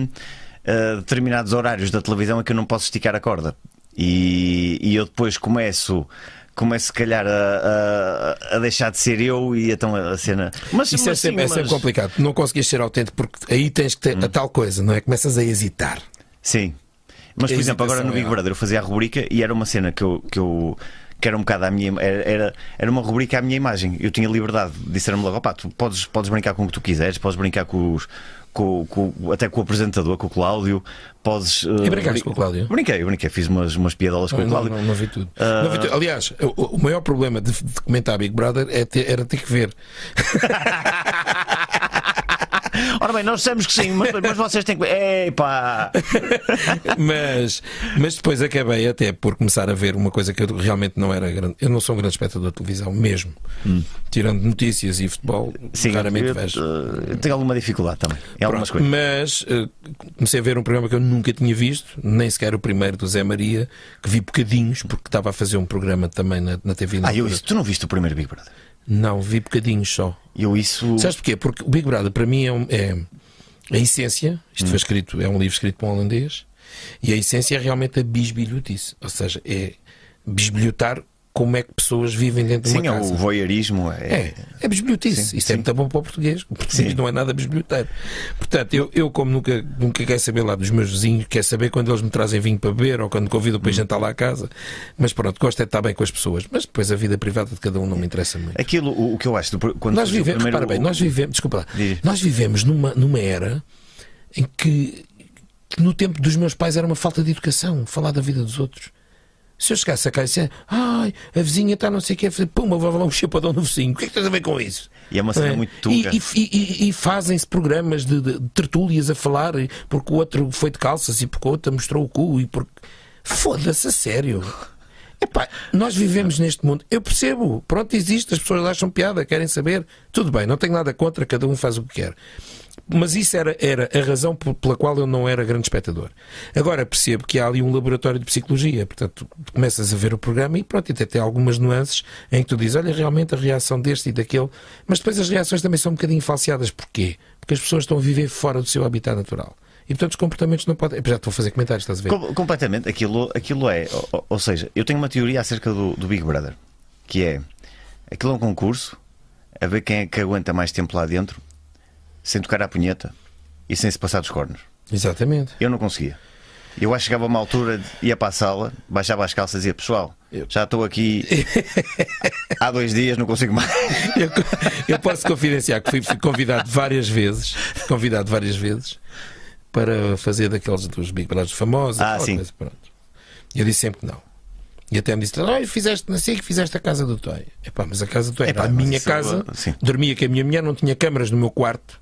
ah, determinados horários da televisão em que eu não posso esticar a corda. E, e eu depois começo. Começo, se calhar, a, a- a deixar de ser eu e então a cena. Mas Isso é mas sim, sempre, é sempre mas- complicado. Não conseguias ser autêntico porque aí tens que ter a tal coisa, não é? Começas a hesitar. Sim. Mas, A por exemplo, agora no hesitação é Big alta. Brother eu fazia a rubrica e era uma cena que eu. Que eu que era um bocado à minha. Era, era, era uma rubrica à minha imagem. Eu tinha liberdade. Disseram-me logo: opá, tu podes, podes brincar com o que tu quiseres, podes brincar com os. Com, com- até com o apresentador, com o Cláudio, podes. eh, brincaste brin- com o Cláudio? Brinquei, eu brinquei, fiz umas, umas piadolas com o Não, Cláudio. ah, não, não vi tudo. Não vi tudo. Aliás, o, o maior problema de, de comentar Big Brother é ter- era ter que ver. Ah, Ora Ora bem, nós sabemos que sim, mas, mas vocês têm que. Epá! mas, mas depois acabei até por começar a ver uma coisa que eu realmente não era grande. Eu não sou um grande espectador de televisão, mesmo. Tirando notícias e futebol, Hum. Sim, raramente eu, vejo. eh, tenho alguma dificuldade também. Em algumas Pronto, coisas. Mas eh, comecei a ver um programa que eu nunca tinha visto, nem sequer o primeiro do Zé Maria, que vi bocadinhos, porque estava a fazer um programa também na, na TV. na Ah, eu altura. isso. Tu não viste o primeiro Big Brother? Não, vi bocadinhos só. Eu isso. Sabes porquê? Porque o Big Brother para mim é, um- é a essência, isto Hum. foi escrito, é um livro escrito por um holandês, e a essência é realmente a bisbilhotice, ou seja, é bisbilhotar como é que pessoas vivem dentro Sim, de é uma o casa. voyeurismo. É, É. é bisbilhotice. Isso é muito bom para o português. O português Sim. não é nada bisbilhoteiro. Portanto, eu, eu como nunca, nunca quero saber lá dos meus vizinhos, quero saber quando eles me trazem vinho para beber ou quando convido Hum. para ir jantar lá à casa. Mas pronto, gosto é de estar bem com as pessoas. Mas depois a vida privada de cada um não me interessa muito. Aquilo, o, o que eu acho. do- quando Nós surgiu É o vivemos, primeiro- repara bem, nós vivemos, desculpa lá, Diz. nós vivemos numa, numa era em que, que no tempo dos meus pais era uma falta de educação, falar da vida dos outros. Se eu chegasse a casa e dissesse, ai, a vizinha está não sei o que, pum, vou lá um chapadão no vizinho, o que é que tens a ver com isso? E é uma cena Não muito E, tuga. e- e- e- e fazem-se programas de, de- de tertúlias a falar e- porque o outro foi de calças e porque o outro mostrou o cu e porque. Foda-se, a sério. Epá, nós vivemos neste mundo. Eu percebo, pronto, existe, as pessoas acham piada, querem saber. Tudo bem, não tenho nada contra, cada um faz o que quer. Mas isso era, era a razão p- pela qual eu não era grande espectador. Agora percebo que há ali um laboratório de psicologia, portanto, tu começas a ver o programa e pronto, e até tem algumas nuances em que tu dizes, olha, realmente a reação deste e daquele, mas depois as reações também são um bocadinho falseadas. Porquê? Porque as pessoas estão a viver fora do seu habitat natural. E portanto os comportamentos não podem. Já estou a fazer comentários, estás a ver? Com- completamente. Aquilo, aquilo é. o- o- Ou, seja, eu tenho uma teoria acerca do, do Big Brother, que é aquilo é um concurso a ver quem é que aguenta mais tempo lá dentro, sem tocar a punheta e sem se passar dos cornos. Exatamente. Eu não conseguia. Eu acho que chegava a uma altura, de- ia para a sala, baixava as calças e dizia: Pessoal, já estou aqui há dois dias, não consigo mais. Eu, eu posso confidenciar que fui, fui convidado várias vezes, fui convidado várias vezes para fazer daqueles dos Big Brothers famosos. Ah, aquela sim. coisa, pronto. E eu disse sempre que não. E até me disse, olha, fizeste não sei o que fizeste a casa do Toy. Epá, mas a casa do Toy Epá, era a mas minha isso- é casa, sim. dormia com a minha mulher, não tinha câmaras no meu quarto.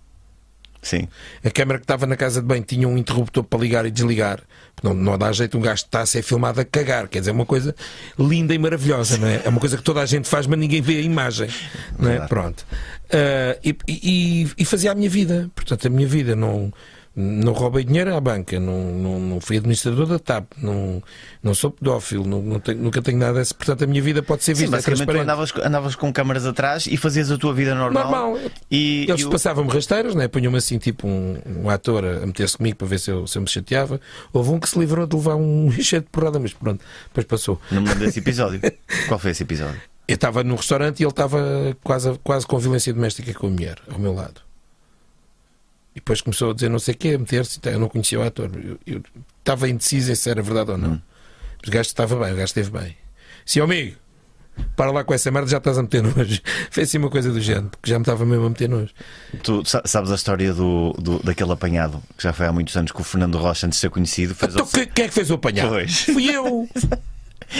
Sim. A câmara que estava na casa de banho tinha um interruptor para ligar e desligar. Não, não dá jeito um gajo que está a ser filmado a cagar. Quer dizer, é uma coisa linda e maravilhosa, não é? É uma coisa que toda a gente faz, mas ninguém vê a imagem. Não é? Verdade. Pronto. Ah, e, e- e fazia a minha vida. Portanto, a minha vida não. Não roubei dinheiro à banca, não, não, não fui administrador da TAP, não, não sou pedófilo, não, não tenho- nunca tenho nada. desse- Portanto, a minha vida pode ser Sim, vista é basicamente tu transparente. andavas, andavas com câmaras atrás e fazias a tua vida normal. Normal. E, Eles e o- passavam-me rasteiras, né? punham-me assim, tipo um, um ator a meter-se comigo para ver se eu, se eu me chateava. Houve um que se livrou de levar um cheio de porrada, mas pronto, depois passou. Não me lembro desse episódio. Qual foi esse episódio? Eu estava num restaurante e ele estava quase, quase com violência doméstica com a mulher, ao meu lado. E depois começou a dizer não sei o quê, a meter-se. e tal. Eu não conhecia o ator. Eu- Eu estava indeciso em se era verdade ou não. Mas o gajo estava bem, o gajo esteve bem. Se amigo, para lá com essa merda, já estás a meter nojo. Fez assim uma coisa do género, porque já me estava mesmo a meter nojo. Tu sa- sabes a história do, do- daquele apanhado que já foi há muitos anos que o Fernando Rocha, antes de ser conhecido, fez Então, ao... que- quem é que fez o apanhado? Pois. Fui eu!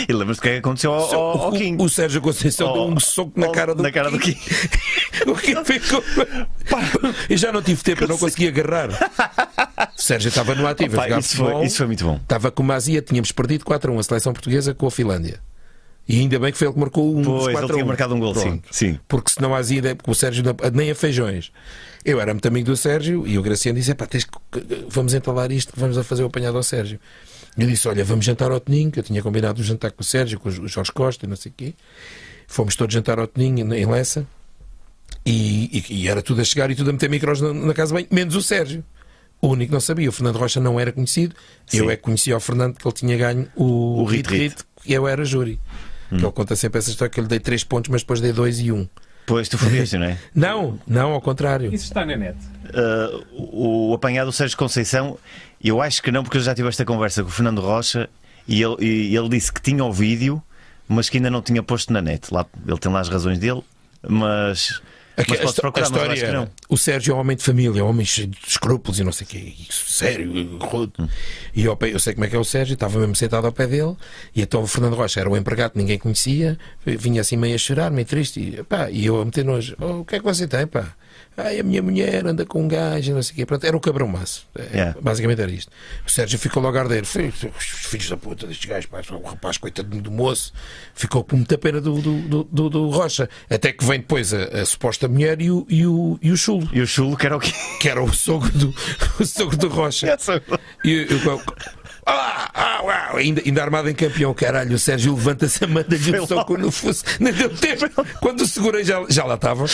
e lembras-te o que é que aconteceu ao, ao, ao o, King? o Sérgio Conceição Ao- deu um soco na ao- cara do na cara do King. o King ficou. Eu já não tive tempo, eu não consegui agarrar. O Sérgio estava no ativo. a Pá, jogar isso, futebol. foi, isso foi muito bom. Estava com uma azia, tínhamos perdido 4 a 1 a seleção portuguesa com a Finlândia. E ainda bem que foi ele que marcou um dos Pois, 4 ele tinha a 1. marcado um gol, sim. Pronto. sim. Porque senão a azia, porque o Sérgio não- nem a feijões. Eu era muito amigo do Sérgio e o Graciano disse: "Epá, tens que, vamos entalar isto, que vamos a fazer o apanhado ao Sérgio. Eu disse: Olha, vamos jantar ao Toninho, que eu tinha combinado um jantar com o Sérgio, com o Jorge Costa e não sei o quê. Fomos todos jantar ao Toninho em Lessa e, e- e era tudo a chegar e tudo a meter micros na, na casa bem, menos o Sérgio. O único que não sabia, o Fernando Rocha não era conhecido. Eu é que conhecia o Fernando que ele tinha ganho o, O Hit Hum. Hit. e eu era júri. Que ele conta sempre essa história que eu lhe dei 3 pontos, mas depois dei 2 e 1. Um. Pois, tu fodeste, não é? Não, não, ao contrário. Isso está na net. Ah, o o apanhado do Sérgio Conceição, eu acho que não, porque eu já tive esta conversa com o Fernando Rocha e ele, e ele disse que tinha o vídeo, mas que ainda não tinha posto na net. Lá, ele tem lá as razões dele, mas. A, É que- mas a podes histó- a procurar, mas eu história acho que era, não. o Sérgio é um homem de família, é um homem cheio de escrúpulos e não sei o quê, e sério, rude. Hum. E ao pé- eu sei como é que é o Sérgio, estava mesmo sentado ao pé dele, e então o Fernando Rocha era o empregado que ninguém conhecia, vinha assim meio a chorar, meio triste, e, pá, e eu a meter nojo, "Oh, o que é que você tem, pá? Ai, a minha mulher anda com um gajo, não sei o quê. Pronto, era o cabrão maço. É, Yeah. Basicamente era isto. O Sérgio ficou logo a arder. Filhos, os filhos da puta destes gajos, pá, o rapaz, coitado do moço, ficou com muita pena do, do, do, do- do Rocha. Até que vem depois a, a suposta mulher e o, e, o, e o chulo, E o chulo que era o quê? É que era o sogro do, o sogro do Rocha. E eu- eu- eu- Ah, ah, uau, ainda, ainda armado em campeão, caralho. O Sérgio levanta-se a manda-lhe Foi um soco logo. no fosso. Não deu tempo. Quando o segurei, já, já lá estavam.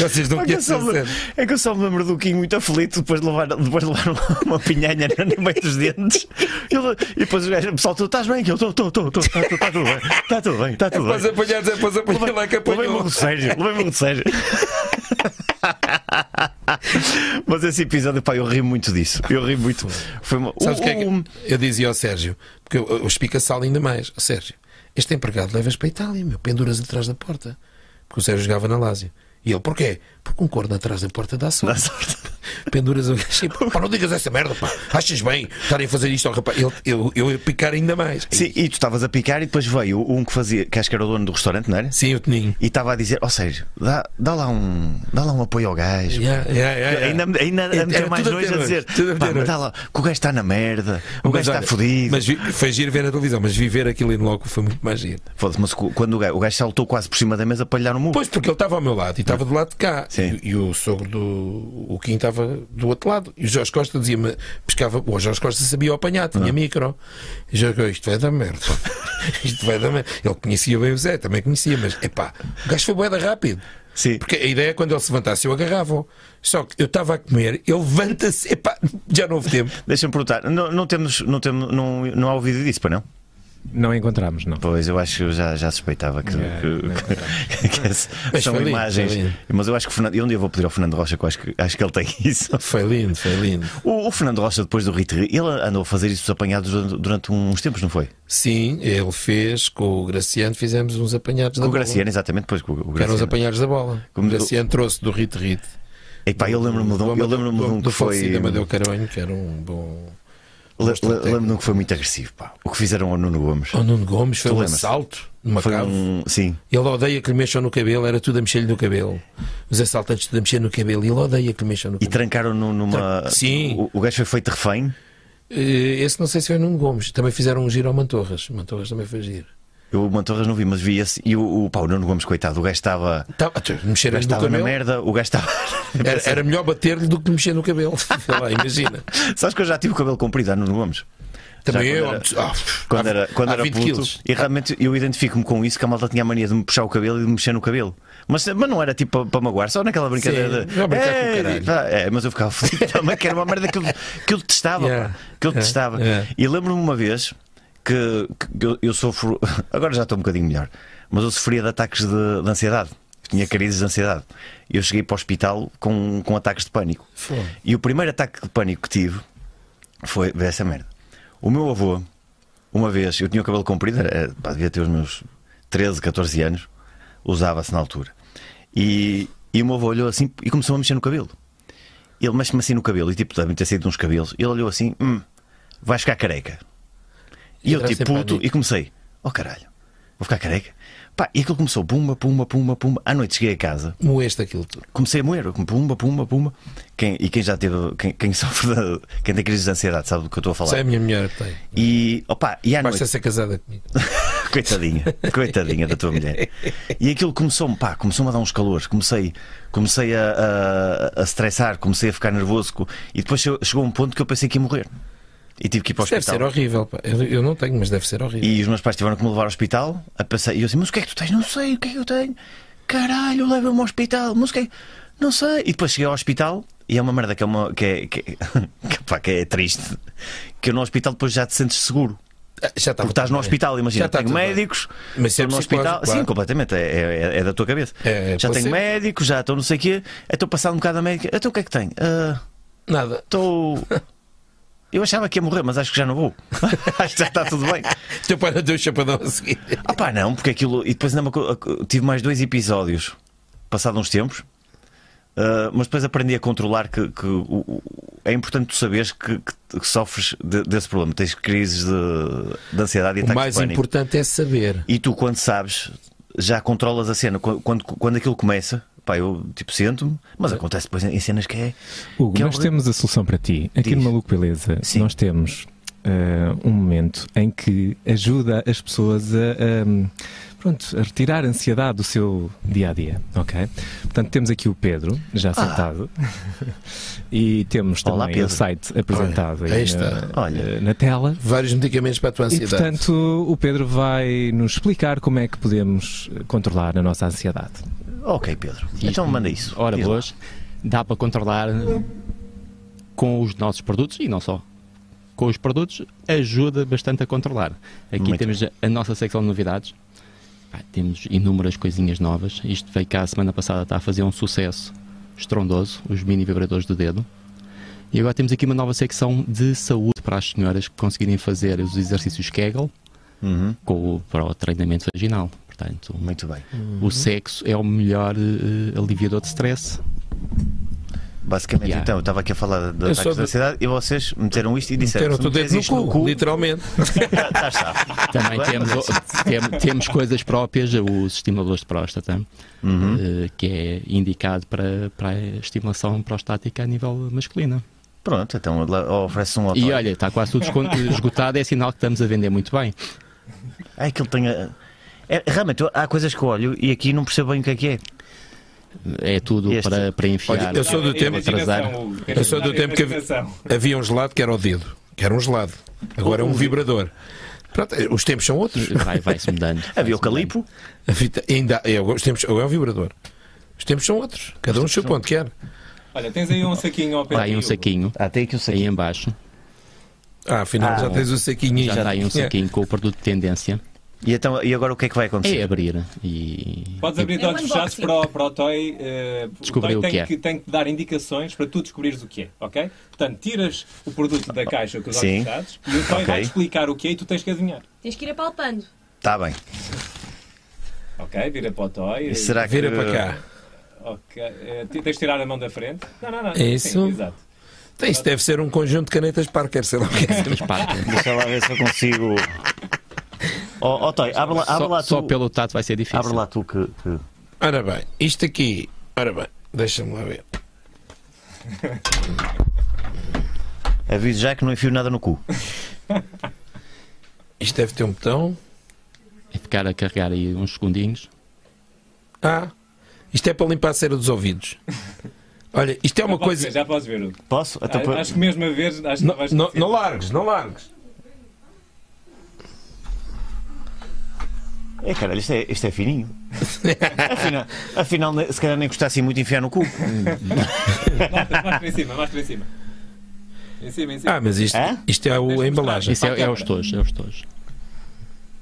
Vocês não É que, eu conhecem só o me, Sérgio. é que eu só me lembro do Kim muito aflito depois de levar, depois de levar uma- uma pinhanha no meio dos dentes. Ele- e depois o gajo, pessoal, tu estás bem? Que Eu estou, estou, estou, estou, está tá tudo bem, está tudo bem, está tudo Após bem. apanhar, após apanhar lá que Levei-me apanhou. do Sérgio, levei-me um do Sérgio. Mas esse episódio, pá, eu ri muito disso. Eu ri muito. Foi uma, Sabes o que é um- que eu dizia ao Sérgio? Porque eu, eu espica-sal ainda mais. Ó, Sérgio, este empregado levas para a Itália, meu. Penduras atrás da porta. Porque o Sérgio jogava na Lásio. E ele, porquê? Porque um corno atrás da porta dá Dá sorte. sorte. Penduras o gajo. e, Pá, não digas essa merda, pá. Achas bem estarem a fazer isto ao rapaz? Ele- Eu, eu, ia picar ainda mais. Sim, e tu estavas a picar e depois veio um que fazia, que acho que era o dono do restaurante, não era? Sim, o Toninho. E estava a dizer, ou seja, dá, dá, lá um, dá lá um apoio ao gajo. Yeah, yeah, yeah, yeah. Ainda, ainda Era a meter É. tudo mais a dois ter a nojo, dizer tudo a ter "Pá, mas nojo." dá lá, que o gajo está na merda, o Mas gajo está olha, fodido. Mas vi- foi giro ver na televisão, mas vi ver aquilo em logo foi muito mais giro. Foda-se, mas cu- quando o gajo, o gajo saltou quase por cima da mesa para lhe dar um murro. Pois, porque ele estava ao meu lado e estava do lado de cá. Sim. E, e o sogro do. O Kim estava do outro lado. E o Jorge Costa dizia-me. Pescava. O Jorge Costa sabia apanhar, tinha micro. E o Jorge Costa, isto vai dar merda. isto vai dar merda. Ele conhecia bem o Zé, também conhecia, mas epá, o gajo foi boeda rápido. Sim. Porque a ideia é quando ele se levantasse, eu agarrava-o. Só que eu estava a comer, ele levanta-se, epá, já não houve tempo. Deixa-me perguntar, não, não temos, não, temos não, não há ouvido disso, para não? Não encontramos, não. Pois, eu acho que eu já, já suspeitava que, É, que- não que- que esse- Mas são foi lindo, imagens. foi lindo. Mas eu acho que o Fernando, e um dia vou pedir ao Fernando Rocha, que eu acho que, acho que ele tem isso. Foi lindo, foi lindo. O, o Fernando Rocha, depois do Rit, ele andou a fazer isso dos apanhados durante, durante uns tempos, não foi? Sim, ele fez com o Graciano, fizemos uns apanhados da Com o bola. Graciano, exatamente, depois com o o Que eram os Graciano. apanhados da bola. Como o Graciano trouxe do Rit Rit. Epá, eu lembro-me de um, eu lembro-me de um que foi. falecido Amadeu Caranho, que era um bom. Le- le- Estratégia. Lembro-me de um que foi muito agressivo, pá. O que fizeram ao Nuno Gomes. O Nuno Gomes foi Tu um lembras? assalto numa Foi cave. um. Sim. Ele odeia que lhe mexam no cabelo, era tudo a mexer-lhe no cabelo. Os assaltantes tudo a mexer no cabelo. Ele odeia que lhe mexam no E cabelo. trancaram no, numa. Tran- Sim. O, o gajo foi feito refém. Eh, Esse não sei se foi o Nuno Gomes. Também fizeram um giro ao Mantorras. Mantorras também foi giro. Eu o Mantorras não vi, mas vi esse. E o, o, pá, o Nuno Gomes, coitado, o gajo estava. Tá, ah, tu, mexer O gajo no estava na cabelo. merda, o gajo estava. Era, era melhor bater-lhe do que lhe mexer no cabelo. Sei lá, imagina. Sabes que eu já tive o cabelo comprido a Nuno Gomes? Também Já eu. quando ah, pff, Quando há- era, quando há era 20 puto. quilos. E realmente eu identifico-me com isso, que a malta tinha a mania de me puxar o cabelo e de me mexer no cabelo. Mas, mas não era tipo para, para magoar, só naquela brincadeira Sim, de. já brincar com o "Ei", caralho. pá, é, mas eu ficava feliz também, que era uma merda que eu, que eu detestava. Yeah, pá, que eu yeah, detestava. yeah. E lembro-me uma vez que, que eu, eu sofro. Agora já estou um bocadinho melhor, mas eu sofria de ataques de, de ansiedade. Tinha crises de ansiedade. Eu cheguei para o hospital com, com ataques de pânico. Fogo. E o primeiro ataque de pânico que tive foi vê essa merda. O meu avô, uma vez, eu tinha o cabelo comprido, era, pá, devia ter os meus 13, 14 anos, usava-se na altura. E, e o meu avô olhou assim e começou a mexer no cabelo. Ele mexe-me assim no cabelo, e tipo, deve ter saído uns cabelos. Ele olhou assim, hum, vais ficar careca. E eu Entraste tipo em puto pânico. e comecei, oh caralho, vou ficar careca. Pá, e aquilo começou, pumba, pumba, pumba, pumba. À noite cheguei a casa, Moeste aquilo tudo. comecei a moer, eu, pumba, pumba, pumba. Quem, e quem já teve, quem, quem sofre de, quem tem crises de ansiedade sabe do que eu estou a falar. Sei é a minha mulher tem. E opa, e à noite, Basta ser casada comigo. coitadinha, coitadinha da tua mulher. E aquilo começou-me, pá, começou-me a dar uns calores, comecei, comecei a, a, a stressar, comecei a ficar nervoso, co- e depois che- chegou um ponto que eu pensei que ia morrer. E tive que ir para o Isso deve ser hospital. horrível, pá. Eu, eu não tenho, mas deve ser horrível. E os meus pais tiveram que me levar ao hospital a passar. E eu assim, mas o que é que tu tens? Não sei, o que é que eu tenho? Caralho, leva-me ao hospital, mas o que é que- Não sei. E depois cheguei ao hospital e é uma merda que é uma. que é, que é- que, pá, que é triste. Que eu no hospital depois já te sentes seguro. Ah, Já está Porque estás no bem. hospital, imagina, Já está tenho tudo bem. médicos, Mas isso é estou no psicológico, hospital. claro. Sim, completamente, é, é- é da tua cabeça. É, é já tenho placebo. médicos, já estou não sei o quê, estou passado um bocado a médica. Então o que é que tenho? Ah, Nada. Estou. Eu achava que ia morrer, mas acho que já não vou. acho que já está tudo bem. Teu pai não deu o chapadão a seguir. Ah pá, não, porque aquilo. E depois ainda me aco- aco- tive mais dois episódios, passado uns tempos, ah, mas depois aprendi a controlar que, que o- o- é importante tu saberes que, que- que sofres de- desse problema. Tens crises de, de ansiedade e tá O ataques mais de pânico. importante é saber. E tu, quando sabes, já controlas a cena. Quando, quando, quando aquilo começa, pá, eu tipo sento-me, mas acontece depois em cenas que é. Hugo, que é nós horrível. temos a solução para ti. Aqui Diz. no Maluco Beleza, Sim. nós temos eh, um momento em que ajuda as pessoas a, ahm, pronto, a retirar a ansiedade do seu dia a dia. Ok? Portanto, temos aqui o Pedro, já sentado, e temos também Ah. Olá, o Pedro. site apresentado Olha, aí aí está. na, eh, Olha. na tela. Vários medicamentos para a tua E ansiedade. portanto, o Pedro vai nos explicar como é que podemos eh, controlar a nossa ansiedade. Ok, Pedro. Então manda isso. Ora, Diz lá. boas. Dá para controlar eh, com os nossos produtos e não só. Com os produtos ajuda bastante a controlar. Aqui Muito temos a- a nossa secção de novidades. Pá, temos inúmeras coisinhas novas. Isto veio cá a semana passada, está a fazer um sucesso estrondoso, os mini vibradores do dedo. E agora temos aqui uma nova secção de saúde para as senhoras que conseguirem fazer os exercícios Kegel Uhum, com o, para o treinamento vaginal. Portanto, um muito bem. o sexo é o melhor eh, aliviador de stress. Basicamente, Yeah. então, eu estava aqui a falar de ataques só da de- ansiedade e vocês meteram isto e disseram: Meteram o se teu meteres dedo no isto tá, cu, literalmente. já está. Também Bem, temos, tem- temos coisas próprias, os estimuladores de próstata, Uhum. eh, que é indicado para, para a estimulação prostática a nível masculino. Pronto, então lá oferece um E autógrafo. olha, está quase tudo escon- esgotado, é sinal que estamos a vender muito bem. Ai, que ele tenha. É, realmente, eu- há coisas que eu olho e aqui não percebo bem o que é que é. É tudo Este- para, para enfiar. Olha, eu sou do tempo- Eu sou do tempo que havia, havia um gelado que era o dedo, que era um gelado. Agora é um vibrador. Pronto, eh, os tempos são outros. Vai- Vai-se mudando. Havia vai-se o calipo, A fita- ainda, é, os tempos, agora é um vibrador. Os tempos são outros. Cada um o seu ponto quer. Olha, tens aí um saquinho ao pé mudando. Está aí de um ti. saquinho, ah, tem aqui um aí saquinho. em baixo. Ah, afinal já tens o saquinho Já está aí um saquinho com o produto de tendência. E, então, e agora o que é que vai acontecer? É abrir e... Podes abrir de É um olhos fechados unboxing. para o, para o Toy. eh, Descobrir o o Toy que tem é. que, tem que dar indicações para tu descobrires o que é, ok? Portanto, tiras o produto da caixa com os olhos Sim. fechados e o Toy Ok. vai te explicar o que é e tu tens que adivinhar. Tens que ir apalpando. Está Tá bem. Ok? Vira para o Toy. eh, E será que. Vira para cá. ok, eh, ti- tens de tirar a mão da frente. Não, não, não. É Isso. Sim, exato. Tem, Isso deve ser um conjunto de canetas Parker, sei lá o que é. Mas pá, Deixa lá ver se eu consigo. Ó, ó, Toy, abre lá, abre só, lá só tu. pelo tato vai ser difícil. Abre lá tu que. que- Ora bem, isto aqui. Ora bem, deixa-me lá ver. Aviso já que não enfio nada no cu. Isto deve ter um botão. É ficar a carregar aí uns segundinhos. Ah, isto é para limpar a cera dos ouvidos. Olha, isto é uma Já podes coisa. ver, já podes ver. Hugo. Posso? Ah, Então, A- pa- Acho que mesmo a ver, acho que Não, vais não, conseguir. não largues, não largues. É, caralho, isto é, isto é fininho. afinal, afinal, ne- se calhar nem gostasse muito de enfiar no cu. Mais para- mais para em cima, mais para em cima. Em cima, em cima. Ah, mas isto, Hã? isto é o, a embalagem. Isso é, é câmara. os tojos, é os tojos.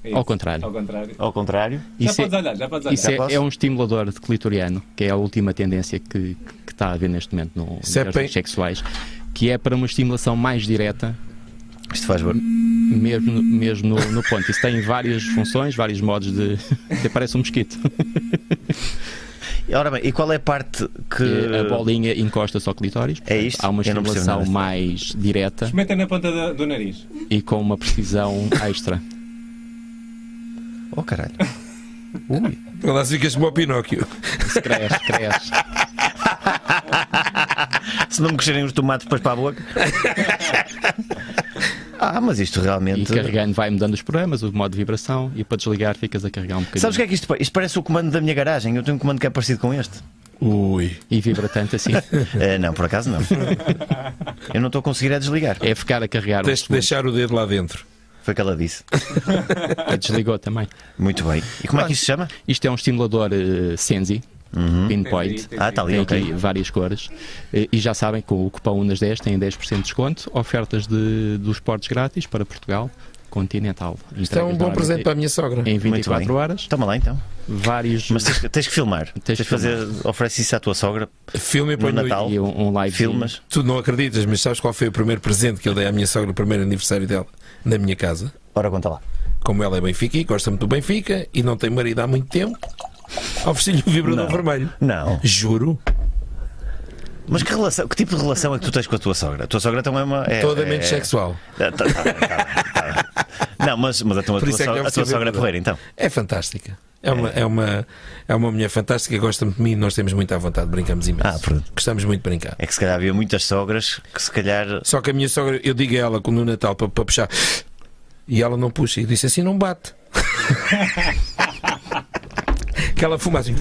Isso. ao contrário. Ao contrário. Ao contrário. Já Isso, podes é, olhar, já podes olhar. isso é- posso? é um estimulador de clitoriano, que é a última tendência que, que está a haver neste momento no, nos Isso é bem- sexuais, que é para uma estimulação mais direta, Isto faz barulho. mesmo, mesmo no, no ponto. Isso tem várias funções, vários modos de. Até parece um mosquito. Ora bem, e qual é a parte que. É, A bolinha encosta-se ao clitóris. É isto? Há uma Eu não percebo estimulação nada. mais direta Metem na ponta da- do nariz. e com uma precisão extra. Oh, caralho. Lá se ficas como o Pinóquio. Isso cresce, cresce. Se não me crescerem os tomates depois para a boca. ah, mas isto E um realmente. carregando vai mudando os programas, o modo de vibração, e para desligar ficas a carregar um bocadinho. Sabes o que é que isto, pa- isto parece o comando da minha garagem? Eu tenho um comando que é parecido com este. Ui. E vibra tanto assim. Eh, não, por acaso não. Eu não estou a conseguir é desligar. É ficar a carregar. Tens de deixar o dedo lá dentro. Foi o que ela disse. Ah, Desligou também. Muito bem. E como é que isto se chama? Isto é um estimulador eh, Sensi, Pinpoint. Tem aí, Ah, está ali, Tem aqui ok. várias cores. Eh, E já sabem, com o cupom Unas 10 têm 10% de desconto. Ofertas de, dos portos grátis para Portugal Continental. Isto é um bom presente para a mim. minha sogra. Em Muito 24 bem. horas, Toma lá então. vários. Mas tens, que- tens que filmar. Tens, Tens de que fazer. Oferece isso à tua sogra. Filme e põe No no Natal. e um, um live. Filmas. Tu não acreditas, mas sabes qual foi o primeiro presente que eu dei à minha sogra, o primeiro aniversário dela, na minha casa? Ora, conta lá. Como ela é Benfica e gosta muito do Benfica e não tem marido há muito tempo, ofereci-lhe o vibrador Não. vermelho. Não. Juro, Mas que, relação, que tipo de relação é que tu tens com a tua sogra? A tua sogra então é uma. É, toda é- menos sexual. Tá- tá- tá bem, tá bem, tá bem. Não, mas, mas então a Por tua, isso é que sogra, deve a tua ser sogra é verdade. porreira, então. É fantástica. É uma, é, uma, é uma mulher fantástica, gosta muito de mim, nós temos muito à vontade, brincamos imenso. Ah, pronto. Gostamos muito de brincar. É que se calhar havia muitas sogras que se calhar. Só que a minha sogra, eu digo a ela quando no Natal para, para puxar, e ela não puxa, e disse assim: não bate. que ela fuma assim.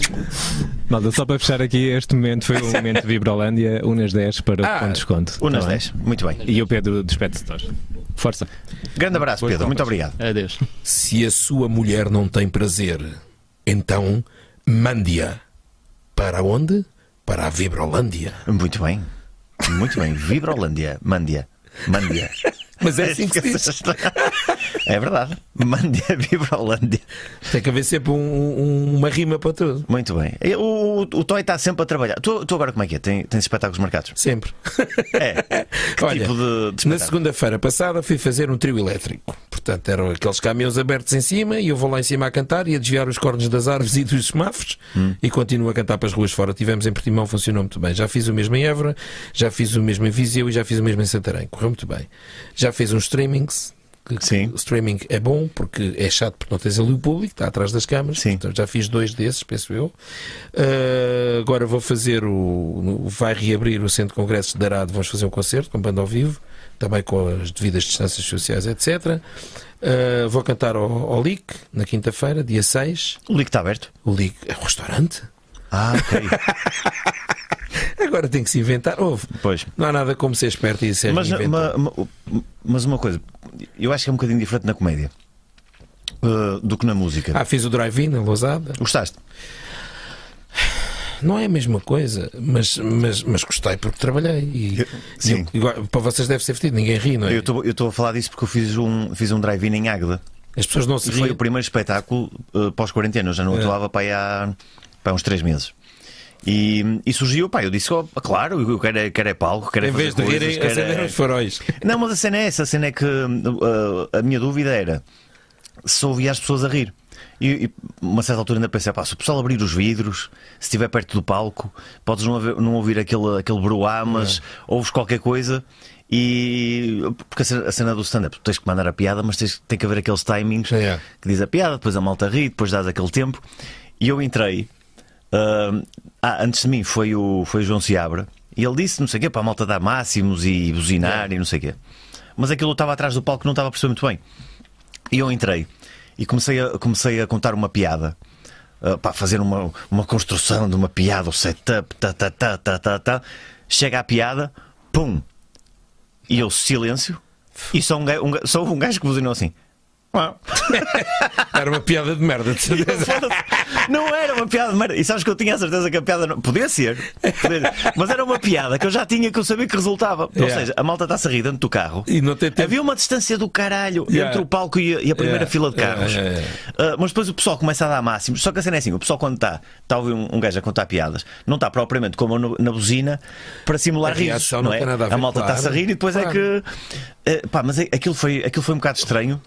Malta, só para fechar aqui este momento, foi o momento de Vibrolândia, unas 10 para Ah, o ponto de desconto. Unas Tá bem? 10. é? Muito bem. E o Pedro despede-se de nós. Força. Grande abraço, Pedro. Muito obrigado. Adeus. Se a sua mulher não tem prazer, então mande-a. Para onde? Para a Vibrolândia. Muito bem. Muito bem. Vibrolândia. Mândia. Mândia. Mas é assim que se diz. É verdade. Mândia, Vibrolândia. Tem que haver sempre um- um- uma rima para tudo. Muito bem. E O, o, o Toy está sempre a trabalhar. Tu, tu agora como é que é? Tem, tens espetáculos marcados? Sempre. É. Que Olha, tipo de, de Na espetáculo? segunda-feira passada fui fazer um trio elétrico. Portanto, eram aqueles caminhões abertos em cima e eu vou lá em cima a cantar e a desviar os cornos das árvores e dos semáforos Hum. e continuo a cantar para as ruas fora. Tivemos em Portimão, funcionou muito bem. Já fiz o mesmo em Évora, já fiz o mesmo em Viseu e já fiz o mesmo em Santarém. Correu muito bem. Já fiz uns streamings. que- que Sim. O streaming é bom porque é chato porque não tens ali o público, está atrás das câmaras. Sim. Portanto, já fiz dois desses, penso eu. Uh, agora vou fazer o. Vai reabrir o Centro de Congressos de Arado. Vamos fazer um concerto com banda ao vivo, também com as devidas distâncias sociais, etc. Uh, vou cantar ao, ao LIC na quinta-feira, dia 6. O link está aberto. O LIC é um restaurante? Ah, ok. é Agora tem que se inventar. Ouve, pois. não há nada como ser esperto e ser Mas, inventor. ma- ma- mas uma coisa, eu acho que é um bocadinho diferente na comédia eh, do que na música. Ah, fiz o drive-in na Lousada. Gostaste? Não é a mesma coisa, mas, mas, mas gostei porque trabalhei. E, Eu- sim. e- igual- para vocês deve ser fedido, ninguém ri, não é? Eu estou- Eu estou a falar disso porque eu fiz um, fiz um drive-in em Águeda As pessoas não se e foi riem. o primeiro espetáculo eh, pós-quarentena. Eu já É. não atuava para aí há para aí uns três meses. E, e surgiu, pá, eu disse, oh, claro, eu quero, é- quero é palco, quero é Em fazer vez de coisas, rirem, quero é- acenderam os faróis. Não, mas a cena é essa, a cena é que hum, uh, a minha dúvida era se ouvia as pessoas a rir. E, e uma certa altura ainda pensei, pá, se o pessoal abrir os vidros, se estiver perto do palco, podes não, haver- não ouvir aquele, aquele bruá, mas ouves qualquer coisa. E porque a cena, a cena do stand-up, tu tens que mandar a piada, mas tens- tem que haver aqueles timings É. que diz a piada, depois a malta ri, depois dás aquele tempo. E eu entrei. hum, ah, antes de mim foi o, foi o João Seabra e ele disse não sei o quê para a malta dar máximos e buzinar e não sei o quê. Mas aquilo eu estava atrás do palco, não estava a perceber muito bem. E eu entrei e comecei a, comecei a contar uma piada. para fazer uma, uma construção de uma piada, o setup, tá, tá, tá, tá, tá, tá. Chega a piada, pum! E eu silêncio. E só, um gajo, um gajo- só houve um gajo que buzinou assim. "Uau." Era uma piada de merda, de certeza. Foda-se. Não era uma piada de merda. E sabes que eu tinha a certeza que a piada não. Podia ser, Podia ser. mas era uma piada que eu já tinha que eu sabia que resultava. Ou Yeah. seja, a malta está-se a rir dentro do carro. E não tem tempo. Havia uma distância do caralho Yeah. entre o palco e a, e a primeira Yeah. fila de carros. Yeah, yeah, Ah, mas depois o pessoal começa a dar máximos. Só que a cena é assim: o pessoal, quando está está a ouvir um, um gajo a contar piadas, não está propriamente como no- na buzina para simular A risos. reação não é? tem nada a ver, malta claro. está-se a rir e depois é Claro. que. eh, pá, mas é- aquilo foi, aquilo foi um bocado estranho.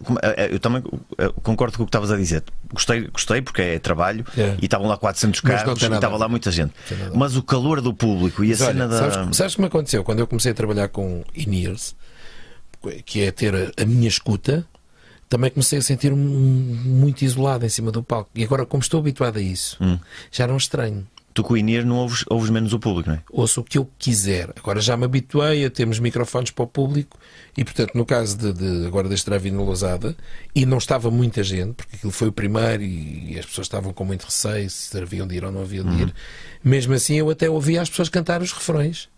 Como- eh, eh, Eu também eh, concordo com o que estavas a dizer. Gostei, gostei porque é trabalho É. e estavam lá 400 Mas não carros e tem nada estava a ver. lá muita gente. tem nada a ver. Mas o calor do público e a Mas olha, cena da. sabes, sabes como aconteceu? Quando eu comecei a trabalhar com in-ears, que é ter a, a minha escuta, também comecei a sentir-me muito isolado em cima do palco. E agora, como estou habituado a isso, Hum. já não estranho. Tu com o Inês não ouves, ouves menos o público, não é? ouço o que eu quiser. Agora já me habituei a termos microfones para o público e, portanto, no caso de, de- agora deste drive na Lousada, e não estava muita gente, porque aquilo foi o primeiro e, e as pessoas estavam com muito receio se haviam de ir ou não haviam de ir. Mesmo assim, eu até ouvia as pessoas cantar os refrões.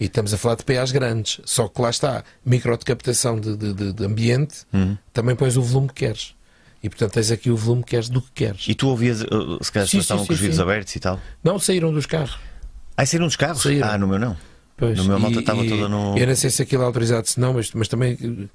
E estamos a falar de PAs grandes. Só que lá está, micro de captação de, de- de- de ambiente, também pões o volume que queres. E, portanto, tens aqui o volume que queres do que queres. E tu ouvias, eh, se calhar, as Sim, pessoas estavam sim, com os sim, vidros sim. abertos e tal. Não saíram dos carros. Ah, saíram dos carros? Saíram. Ah, no meu não. Pois, No meu a e- malta estava e- toda no. Eu não sei se aquilo é autorizado, se não, mas, mas também eh,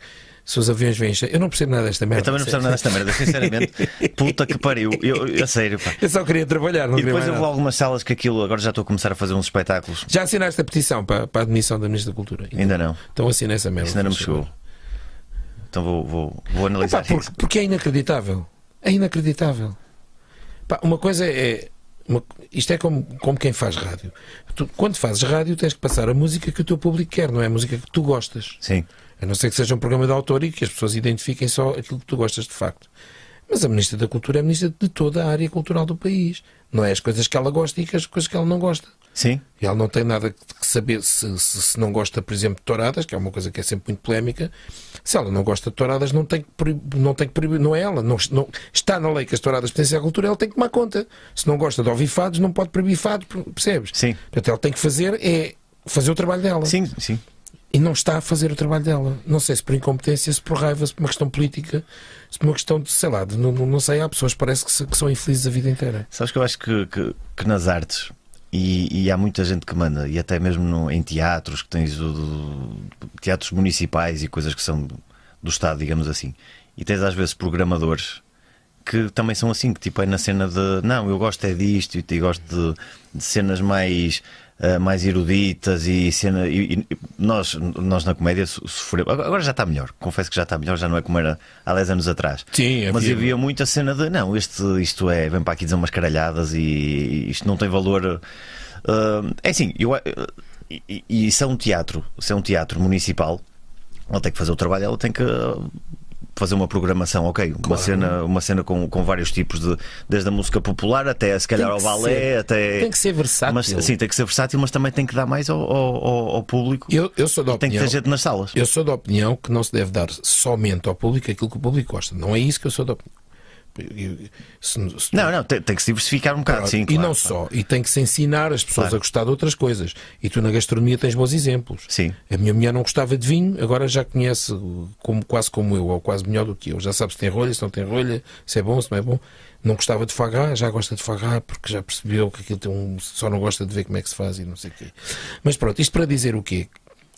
se os aviões vêm cheios. Eu não percebo nada desta merda. Eu também não percebo nada desta merda, sinceramente. Puta que pariu. Eu, eu, a sério, pá. Eu só queria trabalhar, não E depois queria mais eu vou a nada. algumas salas que aquilo. Agora já estou a começar a fazer uns espetáculos. Já assinaste a petição para, para a admissão da Ministra da Cultura? Então, Ainda não. então assina essa merda. Isso ainda não me por favor. chegou. Então vou, vou, vou Epá, analisar porque, isso. porque é inacreditável. É inacreditável. Pá, uma coisa é. uma- isto é como, como quem faz rádio. Tu, quando fazes rádio, tens que passar a música que o teu público quer, não é a música que tu gostas. Sim. A não ser que seja um programa de autor e que as pessoas identifiquem só aquilo que tu gostas de facto. Mas a Ministra da Cultura é a Ministra de toda a área cultural do país. Não é as coisas que ela gosta e que as coisas que ela não gosta. Sim. E ela não tem nada que saber se, se- se não gosta, por exemplo, de touradas, que é uma coisa que é sempre muito polémica. Se ela não gosta de touradas, não tem que proibir, não, tem que proibir, não é ela. Não, não- está na lei que as touradas pertencem à cultura, ela tem que tomar conta. Se não gosta de ouvir fados, não pode proibir fados, percebes? Sim. Portanto, ela tem que fazer é fazer o trabalho dela. Sim, sim. E não está a fazer o trabalho dela. Não sei se por incompetência, se por raiva, se por uma questão política, se por uma questão de, sei lá, de- não, não- não sei, há pessoas que parece que, se- que são infelizes a vida inteira. Sabes que eu acho que, que, que nas artes, e, e há muita gente que manda, e até mesmo no- em teatros, que tens o, do- teatros municipais e coisas que são do, do Estado, digamos assim, e tens às vezes programadores que também são assim, que tipo é na cena de não, eu gosto é disto e, e gosto de, de cenas mais. ah, mais eruditas e cena. E, e nós, nós na comédia so- sofremos. Agora agora já está melhor, confesso que já está melhor, já não é como era há 10 anos atrás. Sim, Mas havia muito a cena de não, este, isto é, vem para aqui dizer umas caralhadas e isto não tem valor. Ah, é assim, eu, ah, e, e isso é um teatro, isso é um teatro municipal, ela tem que fazer o trabalho, ela tem que ah, fazer uma programação, ok? Uma cena, uma cena com, com vários tipos de. Desde a música popular até se calhar Tem ao que balé, ser. até. Tem que ser versátil. Mas, sim, tem que ser versátil, mas também tem que dar mais ao, ao- ao- ao público. eu, eu sou da tem que opinião. ter gente nas salas. Eu sou da opinião que não se deve dar somente ao público aquilo que o público gosta. Não é isso que eu sou da opinião. Eu- eu- se- se- Não, não, tem, tem que se diversificar um bocado, Claro, sim. e claro, não claro. só. E tem que se ensinar as pessoas Claro. a gostar de outras coisas. E tu na gastronomia tens bons exemplos. Sim. A minha mulher não gostava de vinho, agora já conhece como, quase como eu, ou quase melhor do que eu. Já sabe se tem rolha, se não tem rolha, se é bom, se não é bom. Não gostava de fagar, já gosta de fagar, porque já percebeu que aquilo tem um. só não gosta de ver como é que se faz e não sei o quê. Mas pronto, isto para dizer o quê?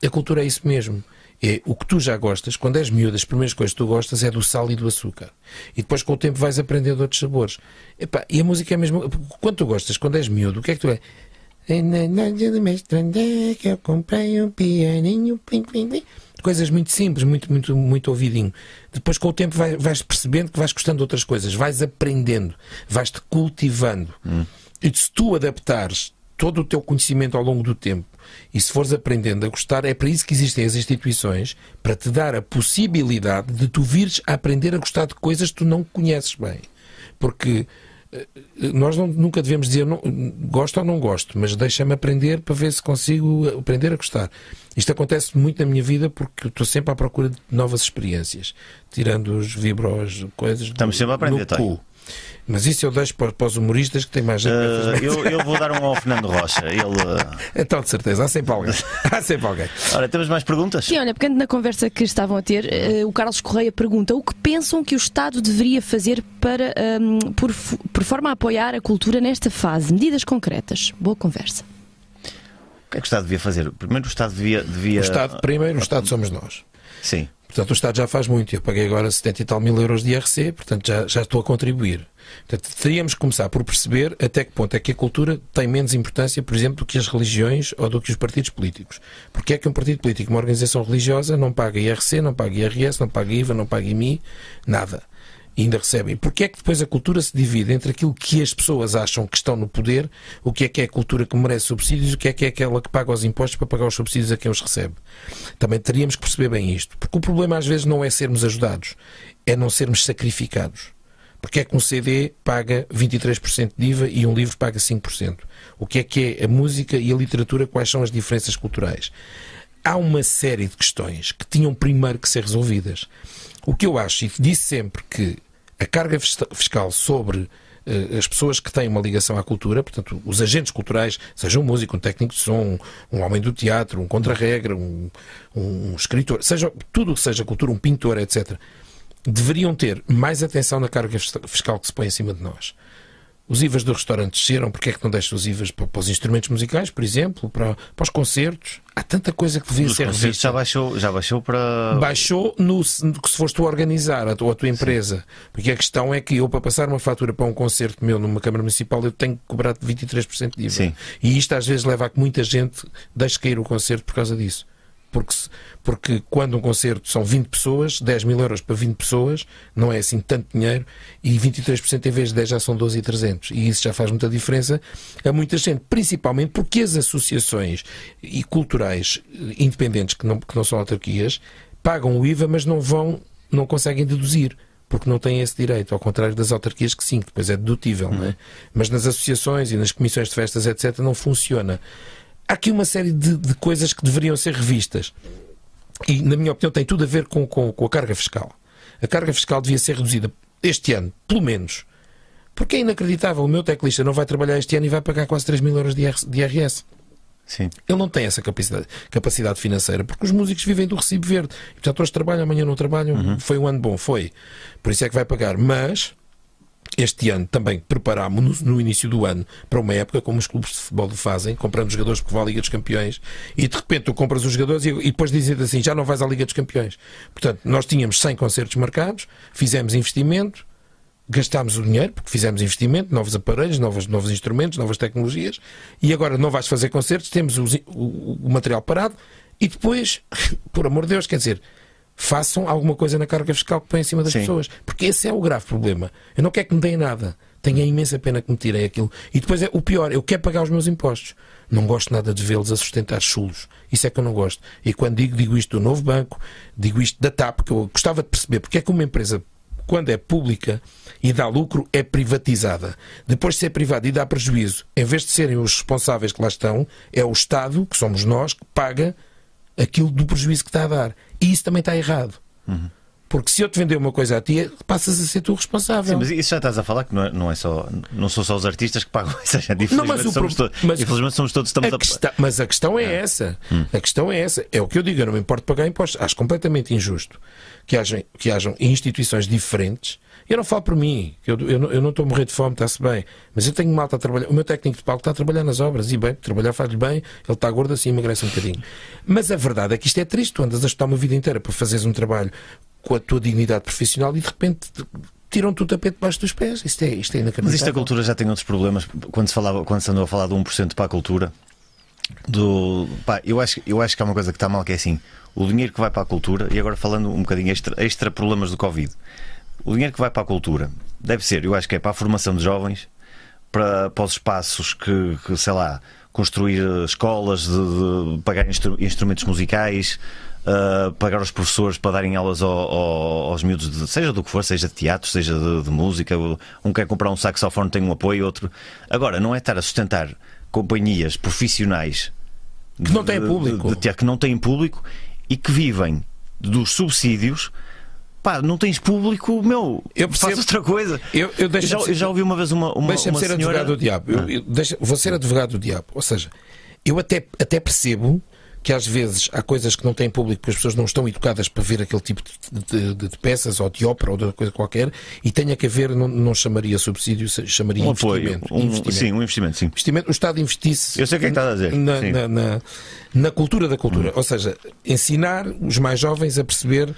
A cultura é isso mesmo. É o que tu já gostas, quando és miúdo, as primeiras coisas que tu gostas é do sal e do açúcar. E depois com o tempo vais aprendendo outros sabores. Epá, e a música é mesmo. Quando tu gostas, quando és miúdo, o que é que tu é? Na loja do mestre André que eu comprei um pianinho, plim, plim, plim. Coisas muito simples, muito, muito, muito ouvidinho. Depois, com o tempo, vai- vais percebendo que vais gostando de outras coisas, vais aprendendo, vais-te cultivando. E se tu adaptares todo o teu conhecimento ao longo do tempo e se fores aprendendo a gostar, é para isso que existem as instituições para te dar a possibilidade de tu vires a aprender a gostar de coisas que tu não conheces bem. Porque nós não- nunca devemos dizer não, gosto ou não gosto, mas deixa-me aprender para ver se consigo aprender a gostar. Isto acontece muito na minha vida porque eu estou sempre à procura de novas experiências, tirando os vibros, coisas. Estamos sempre a aprender, no tá? cu. Mas isso eu deixo para, para os humoristas que têm mais. jeito para Ah, fazer. eu, eu vou dar um ao Fernando Rocha. Ele. ah, Então, de certeza, há sempre alguém. Há sempre alguém. Ora, temos mais perguntas? Sim, olha, pegando na conversa que estavam a ter, eh, o Carlos Correia pergunta o que pensam que o Estado deveria fazer para, hum, por, fu- por forma a apoiar a cultura nesta fase? Medidas concretas. Boa conversa. O que é que o Estado devia fazer? Primeiro, o Estado devia. devia... O Estado, primeiro, o Estado somos nós. Sim. Portanto, o Estado já faz muito. Eu paguei agora 70 e tal mil euros de IRC, portanto, já, já estou a contribuir. Portanto, teríamos que começar por perceber até que ponto é que a cultura tem menos importância, por exemplo, do que as religiões ou do que os partidos políticos. Porque é que um partido político, uma organização religiosa, não paga IRC, não paga IRS, não paga IVA, não paga IMI, nada. E ainda recebem. Porque é que depois a cultura se divide entre aquilo que as pessoas acham que estão no poder, o que é que é a cultura que merece subsídios, o que é que é aquela que paga os impostos para pagar os subsídios a quem os recebe. Também teríamos que perceber bem isto. Porque o problema às vezes não é sermos ajudados, é não sermos sacrificados. Porque é que um CD paga 23% de IVA e um livro paga 5%? O que é que é a música e a literatura? Quais são as diferenças culturais? Há uma série de questões que tinham primeiro que ser resolvidas. O que eu acho, e disse sempre que a carga fis- fiscal sobre eh, as pessoas que têm uma ligação à cultura, portanto, os agentes culturais, seja um músico, um técnico de som, um homem do teatro, um contra-regra, um, um escritor, seja tudo o que seja cultura, um pintor, etc., deveriam ter mais atenção na carga fis- fiscal que se põe em cima de nós. Os IVAs do restaurante desceram, porque é que não deixam os IVAs para, para os instrumentos musicais, por exemplo, para, para os concertos? Há tanta coisa que devia Nos ser concertos revista já baixou, já baixou para. baixou no, se se fores tu organizar a tua, a tua empresa. Porque a questão é que eu, para passar uma fatura para um concerto meu numa Câmara Municipal, eu tenho que cobrar 23% de IVA. Sim. E isto às vezes leva a que muita gente deixe cair o concerto por causa disso. Porque, se- porque quando um concerto são 20 pessoas, 10 mil euros para 20 pessoas, não é assim tanto dinheiro, e 23% em vez de 10 já são 12,300. E isso já faz muita diferença a muita gente, principalmente porque as associações e culturais eh, independentes, que não, que não são autarquias, pagam o IVA, mas não vão, não conseguem deduzir. porque não têm esse direito, ao contrário das autarquias que sim, que depois é dedutível, não é? Mas nas associações e nas comissões de festas, etc., não funciona. Há aqui uma série de, de coisas que deveriam ser revistas. E, na minha opinião, tem tudo a ver com, com, com a carga fiscal. A carga fiscal devia ser reduzida este ano, pelo menos. Porque é inacreditável. O meu teclista não vai trabalhar este ano e vai pagar quase 3 mil euros de IR- de IRS. Sim. Ele não tem essa capacidade, capacidade financeira, porque os músicos vivem do recibo verde. E, portanto, hoje trabalham, amanhã não trabalham. Foi um ano bom, foi. Por isso é que vai pagar. Mas, este ano também preparámos-nos no início do ano para uma época, como os clubes de futebol fazem, comprando jogadores porque vão à Liga dos Campeões, e de repente tu compras os jogadores e, e depois dizem assim, já não vais à Liga dos Campeões. Portanto, nós tínhamos 100 concertos marcados, fizemos investimento, gastámos o dinheiro, porque fizemos investimento, novos aparelhos, novos, novos instrumentos, novas tecnologias, e agora não vais fazer concertos, temos os in- o, o material parado, e depois, por amor de Deus, quer dizer, façam alguma coisa na carga fiscal que põe em cima das Sim. pessoas, porque esse é o grave problema. Eu não quero que me deem nada. Tenho a imensa pena que me tirem aquilo. E depois é o pior, eu quero pagar os meus impostos. Não gosto nada de vê-los a sustentar chulos. Isso é que eu não gosto. E quando digo, digo isto do novo banco, digo isto da TAP, que eu gostava de perceber porque é que uma empresa quando é pública e dá lucro, é privatizada. Depois de ser privada e dá prejuízo, em vez de serem os responsáveis que lá estão, é o Estado, que somos nós, que paga aquilo do prejuízo que está a dar. E isso também está errado. Porque se eu te vender uma coisa a ti, passas a ser tu o responsável. Sim, mas isso já estás a falar que não é, não é só. Não são só os artistas que pagam essa gente. Infelizmente, mas o somos, pro- todos, mas- infelizmente somos todos. Estamos Ah. A questão- mas a questão é essa. Hum. A questão é essa. É o que eu digo, eu não me importo pagar impostos. Acho completamente injusto que hajam, que hajam instituições diferentes. Eu não falo por mim, que eu, eu, não- eu não estou a morrer de fome, está-se bem, mas eu tenho malta a trabalhar. O meu técnico de palco está a trabalhar nas obras e bem, trabalhar faz-lhe bem, ele está gordo assim, emagrece um bocadinho. Mas a verdade é que isto é triste. Tu andas a estudar uma vida inteira para fazeres um trabalho com a tua dignidade profissional e de repente te- tiram-te o tapete debaixo dos pés. Isto é, isto é inacreditável. Mas isto da cultura já tem outros problemas. Quando se, falava, quando se andou a falar do 1% para a cultura, do, pá, eu, acho, eu acho que há uma coisa que está mal que é assim: o dinheiro que vai para a cultura, e agora falando um bocadinho extra, extra problemas do Covid, o dinheiro que vai para a cultura deve ser, eu acho que é para a formação de jovens, para, para os espaços que, que, sei lá, construir eh, escolas, de, de pagar instru- instrumentos musicais. eh, pagar os professores para darem aulas ao- ao- aos miúdos, de- seja do que for, seja de teatro, seja de, de música. Um quer comprar um saxofone, tem um apoio, outro. Agora, não é estar a sustentar companhias profissionais Que não têm de- público. de teatro que não têm público e que vivem dos subsídios. Pá, não tens público, meu. Eu percebo. Faz outra coisa. Eu- eu deixo- já, eu já ouvi uma vez uma, uma, Deixa-me uma ser senhora. Ah. advogado do diabo. Eu- eu- deixa- vou ser advogado do diabo. Ou seja, eu até, até percebo que às vezes há coisas que não têm público porque as pessoas não estão educadas para ver aquele tipo de, de- de peças ou de ópera ou de outra coisa qualquer e tenha que haver, não, não chamaria subsídio, chamaria Um apoio. investimento. Um, investimento Sim, um investimento, sim. investimento, o Estado investisse Eu sei o que é que estás a dizer, na, sim. Hum. na- na- na cultura da cultura. Ou seja, ensinar os mais jovens a perceber,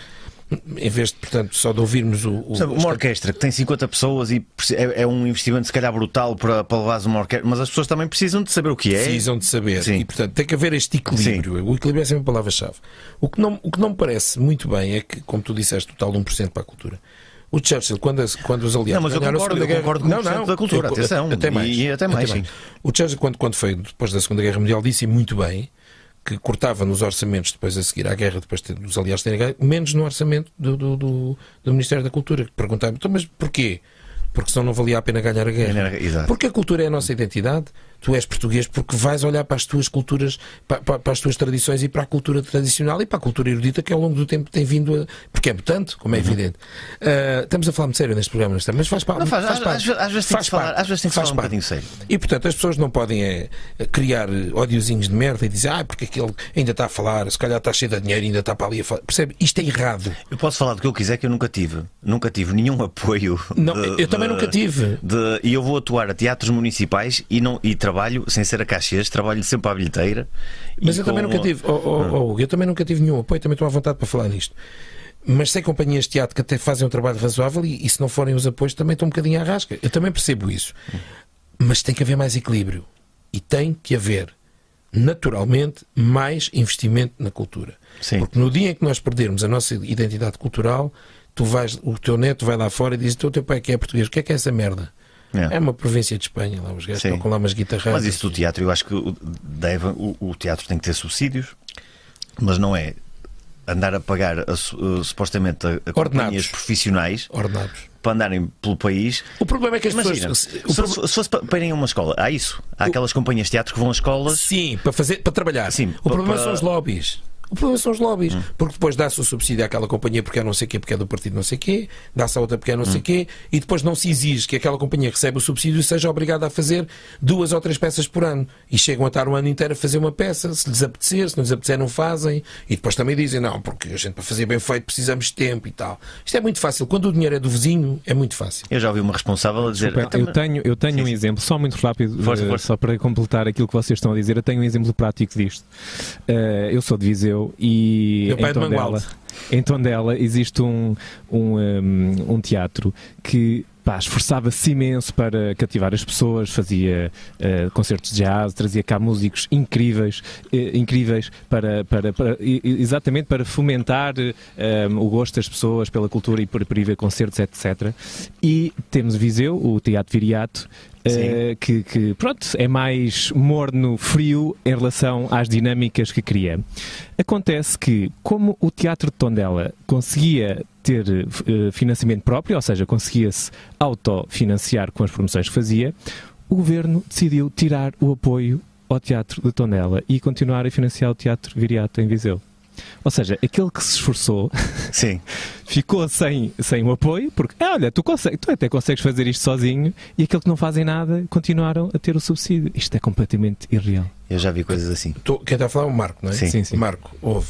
em vez de, portanto, só de ouvirmos o. o- Sabe, uma orquestra que tem 50 pessoas e preci- é, é um investimento, se calhar, brutal para, para levares uma orquestra, mas as pessoas também precisam de saber o que é. precisam de saber. Sim. E, portanto, tem que haver este equilíbrio. O equilíbrio é sempre a palavra-chave. O, que não- o que não me parece muito bem é que, como tu disseste, o tal 1% para a cultura. O Churchill, quando, as- quando os aliados Não, mas eu ganharam a concordo, Segunda eu Guerra- concordo com o 1% da cultura, eu- atenção. Até E- mais. e até mais, sim. O Churchill, quando, quando foi depois da Segunda Guerra Mundial, disse muito bem que cortava nos orçamentos depois a seguir à guerra, depois de- dos aliados terem ganho, menos no orçamento do, do, do- do Ministério da Cultura. que Perguntava-me, "Então, mas porquê? Porque senão não valia a pena ganhar a guerra. Ganhar a- exato. Porque a cultura é a nossa identidade. Tu és português porque vais olhar para as tuas culturas, pa- pa- para, as tuas tradições e para a cultura tradicional e para a cultura erudita que ao longo do tempo tem vindo a. Porque é mutante, como é Uhum. evidente. Ah, estamos a falar muito sério neste programa, neste, mas faz parte. Não faz- faz às- parte. às ve- às vezes tem que Faz se falar- parte. às vezes tem que se Faz falar um parte. é. bocadinho sério. E portanto as pessoas não podem é, criar eh, ódiozinhos de merda e dizer, ah, porque aquele ainda está a falar, se calhar está cheio de dinheiro, ainda está para ali a falar. Percebe? Isto é errado. Eu posso falar do que eu quiser, que eu nunca tive. Nunca tive nenhum apoio. Não, eu também nunca tive. de- e eu vou atuar a teatros municipais e, não, e trabalho sem ser a caixês, trabalho sempre à bilheteira. e Mas eu também com- Ah. nunca tive, oh, oh, oh, Hugo, eu também nunca tive nenhum apoio, também estou à vontade para falar disto. Mas sei companhias de teatro que até fazem um trabalho razoável e, e se não forem os apoios também estão um bocadinho à rasca. Eu também percebo isso. Mas tem que haver mais equilíbrio. E tem que haver, naturalmente, mais investimento na cultura. Sim. Porque no dia em que nós perdermos a nossa identidade cultural, tu vais, o teu neto vai lá fora e diz: "Então, O teu pai que é português, o que é que é essa merda? É. É, uma província de Espanha, lá os gajos Sim. tocam lá umas guitarras. Mas isso do teatro, eu acho que o- deve, o, o teatro tem que ter subsídios, mas não é andar a pagar a su- uh, supostamente a, a companhias profissionais Ordenados. para andarem pelo país. O problema é que as Imagina, pessoas. se, o pro- se fosse para, para irem a uma escola, há isso. Há aquelas companhias de teatro que vão a escolas. Sim, assim, para, fazer, para Hum. trabalhar. Sim, o pa- problema pa- são os lobbies. O problema são os lobbies. Porque depois dá-se o subsídio àquela companhia porque é não sei quê, porque é do partido não sei quê, dá-se a outra porque é não sei quê, e depois não se exige que aquela companhia que recebe o subsídio e seja obrigada a fazer duas ou três peças por ano. E chegam a estar o ano inteiro a fazer uma peça, se lhes apetecer, se não lhes apetecer, não fazem. E depois também dizem, não, porque a gente para fazer bem feito precisamos de tempo e tal. Isto é muito fácil. Quando o dinheiro é do vizinho, é muito fácil. Eu já ouvi uma responsável a dizer. Desculpa, "Então, eu mas- tenho, eu tenho um exemplo, só muito rápido, Força, eh, força. só para completar aquilo que vocês estão a dizer. Eu tenho um exemplo prático disto. Eh, eu sou de Viseu e Meu pai em é de Tondela, Mangualde. em Tondela existe um, um, um, um teatro que pá, esforçava-se imenso para cativar as pessoas, fazia eh, concertos de jazz, trazia cá músicos incríveis, eh, incríveis para, para, para- e- e- exatamente para fomentar eh, um, o gosto das pessoas pela cultura e por, por ir ver concertos, etc. E temos Viseu, o Teatro Viriato, eh, que, que, pronto, é mais morno, frio em relação às dinâmicas que cria. Acontece que, como o Teatro de Tondela conseguia ter eh, financiamento próprio, ou seja, conseguia-se autofinanciar com as promoções que fazia, o governo decidiu tirar o apoio ao Teatro de Tondela e continuar a financiar o Teatro Viriato em Viseu. Ou seja, aquele que se esforçou Sim. ficou sem, sem o apoio, porque, ah, olha, tu, consegue, tu até consegues fazer isto sozinho, e aqueles que não fazem nada continuaram a ter o subsídio. Isto é completamente irreal. Eu já vi coisas assim. Tô- quem está a falar é o Marco, não é? Sim. Sim, sim. Marco, ouve.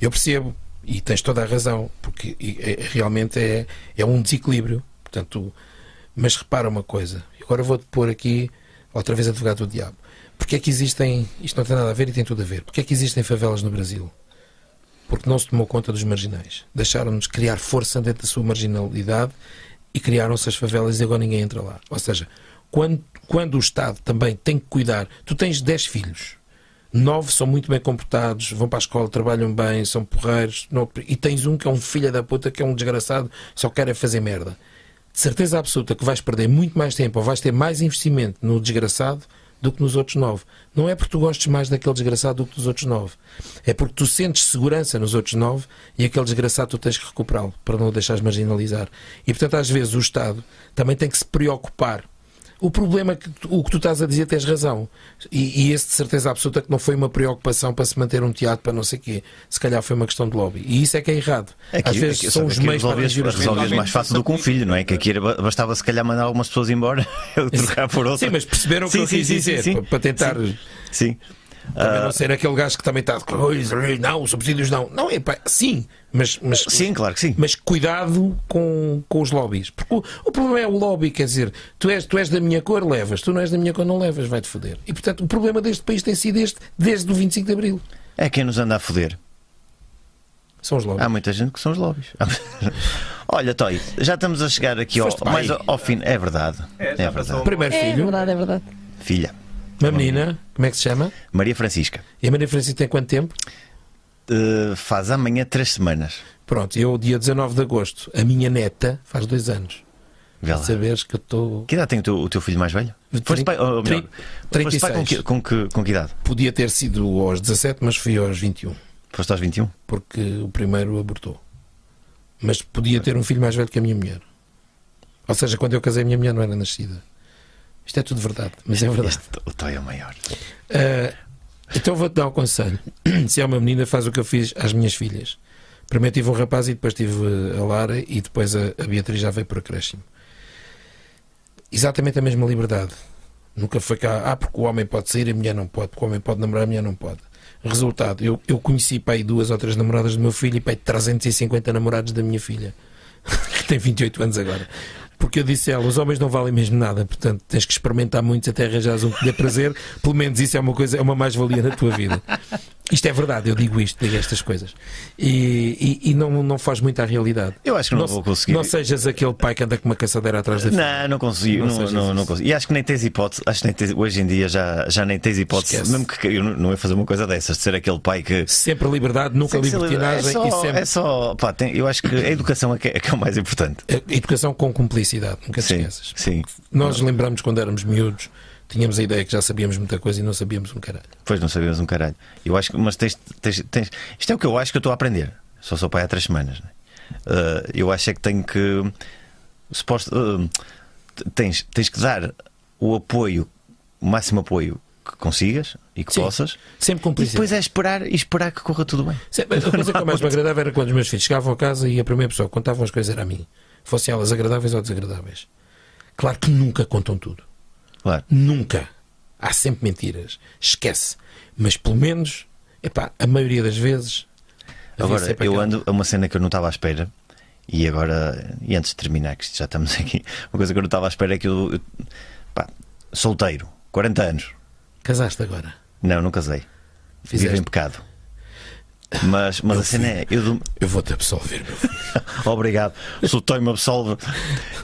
Eu percebo, e tens toda a razão, porque e- é- realmente é, é um desequilíbrio. Portanto, mas repara uma coisa, agora vou-te pôr aqui, outra vez advogado do diabo. Porque é que existem, isto não tem nada a ver e tem tudo a ver, porque é que existem favelas no Brasil? Porque não se tomou conta dos marginais. Deixaram-nos criar força dentro da sua marginalidade e criaram-se as favelas e agora ninguém entra lá. Ou seja, quando, quando o Estado também tem que cuidar, tu tens 10 filhos, nove são muito bem comportados, vão para a escola, trabalham bem, são porreiros, não- e tens um que é um filho da puta, que é um desgraçado, só quer é fazer merda. De certeza absoluta que vais perder muito mais tempo ou vais ter mais investimento no desgraçado do que nos outros nove. Não é porque tu gostes mais daquele desgraçado do que dos outros nove. É porque tu sentes segurança nos outros nove e aquele desgraçado tu tens que recuperá-lo para não o deixares marginalizar. E portanto, às vezes, o Estado também tem que se preocupar o problema é que tu- o que tu estás a dizer tens razão. E, e esse de certeza absoluta que não foi uma preocupação para se manter um teatro para não sei quê. Se calhar foi uma questão de lobby. E isso é que é errado. Aqui, Às vezes aqui- são sabe, os aqui meios para resolvias, atingir os resolvias rendimentos. mais fácil do que um filho, não é? Que aqui era- bastava se calhar mandar algumas pessoas embora, eu trocar por outras. Sim, mas perceberam o que Sim, eu sim, quis sim, dizer sim, sim. pa- para tentar Sim. também não ser aquele gajo que também está de coisa, não, subsídios não. Não, é pá, sim, mas, mas Sim, claro que sim. mas cuidado com, com os lobbies. Porque o, o problema é o lobby, quer dizer, tu és, tu és da minha cor, levas, tu não és da minha cor, não levas, vai-te foder. E portanto, o problema deste país tem sido este desde o 25 de Abril. É quem nos anda a foder. São os lobbies. Há muita gente que são os lobbies. Olha, Toy, já estamos a chegar aqui ao, Foste mais bem. ao, ao fim. É verdade. É, É, já verdade. passou. Primeiro É filho, verdade, é verdade. Filha, uma menina, como é que se chama? Maria Francisca, E a Maria Francisca tem quanto tempo? eh, faz amanhã três semanas. Pronto, eu, dia 19 de agosto, a minha neta faz dois anos. Vê lá. Saberes que eu estou. Que idade tem o teu, o teu filho mais velho? Trin- Foste pai, ou melhor, trin- foste pai com, 36. que, com, que, com que idade? Podia ter sido aos 17, mas fui aos 21, Foste aos 21? porque o primeiro abortou. Mas podia ter um filho mais velho que a minha mulher. Ou seja, quando eu casei, a minha mulher não era nascida. Isto é tudo verdade, mas é verdade. Este- o Toy é o maior. Ah, então vou-te dar um conselho. Se é uma menina, faz o que eu fiz às minhas filhas. Primeiro tive um rapaz e depois tive eh, a Lara e depois a, a Beatriz já veio por acréscimo. Exatamente a mesma liberdade. Nunca foi cá, ah, porque o homem pode sair, a mulher não pode, porque o homem pode namorar, a mulher não pode. Resultado, eu, eu conheci pai duas ou três namoradas do meu filho e pai 350 namorados da minha filha, que tem 28 anos agora. Porque eu disse a ela, os homens não valem mesmo nada, portanto tens que experimentar muitos até arranjares um que te dê prazer, pelo menos isso é uma coisa, é uma mais-valia na tua vida. Isto é verdade, eu digo isto, digo estas coisas. E, e, e não, não faz muito à realidade. Eu acho que não, Não, vou se- conseguir. não sejas aquele pai que anda com uma caçadeira atrás da filha. Não, não consigo. Não, Não não, sejas não, isso. consigo. E acho que nem tens hipótese. Acho que nem tens- hoje em dia já, já nem tens hipótese. Esquece. Mesmo que eu não, não ia fazer uma coisa dessas, de ser aquele pai que. Sempre liberdade, nunca Tem que ser livre. libertinagem é só, e sempre. é só- pá, tem- eu acho que a educação é que é, que é o mais importante. A Educação com cumplicidade, nunca te Sim, esqueças. sim. Nós lembramos quando éramos miúdos, tínhamos a ideia que já sabíamos muita coisa e não sabíamos um caralho. Pois não sabemos um caralho. Eu acho que, mas tens, tens, tens- Isto é o que eu acho que eu estou a aprender. Só sou pai há três semanas. né? Eh, eu acho é que tenho que. Suposto, eh, t- tens, tens que dar o apoio, o máximo apoio que consigas e que Sim. possas. Sempre E cumprido. depois é esperar e esperar que corra tudo bem. Sempre- A coisa que eu mais me agradava era quando os meus filhos chegavam a casa e a primeira pessoa que contavam as coisas era a mim. Fossem elas agradáveis ou desagradáveis. Claro que nunca contam tudo. Claro. Nunca. Há sempre mentiras. Esquece. Mas pelo menos, epá, a maioria das vezes. havia Agora, sempre eu aquela- ando a uma cena que eu não estava à espera. E agora, e antes de terminar, que isto já estamos aqui, uma coisa que eu não estava à espera é que eu. eu- pá, solteiro, 40 anos. Casaste agora. Não, não casei. Vivo Fizeste. em pecado. Mas, mas a cena é. Eu, dou- Eu vou-te absolver, meu filho. Obrigado. Soltei me absolve.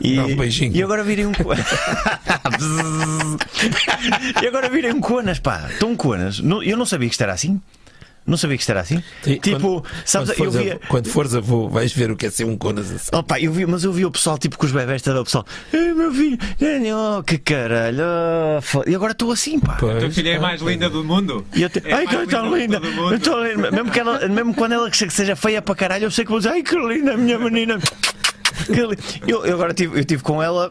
E, Dá um beijinho. E agora virei um. co- e agora virei um conas, pá. Estou um conas. Não- Eu não sabia que isto era assim. Não sabia que isto era assim. E tipo, quando- sabes, quando fores, eu via. avô, quando fores avô, vais ver o que é ser um conas assim. Opa, eu vi, mas eu vi o pessoal tipo com os bebés, estava o pessoal, Ei, meu filho, ei, oh, que caralho, oh, fo-". e agora estou assim, pá. A tua Pois, filha é pá. Ah, mais linda do mundo. E eu te... É ai, mais que tão linda! do mundo. Eu tô linda. Mesmo, que ela, mesmo quando ela que se- que seja feia para caralho, eu sei que vou dizer, ai que linda, minha menina! Que li- Eu, eu agora tive, eu tive com ela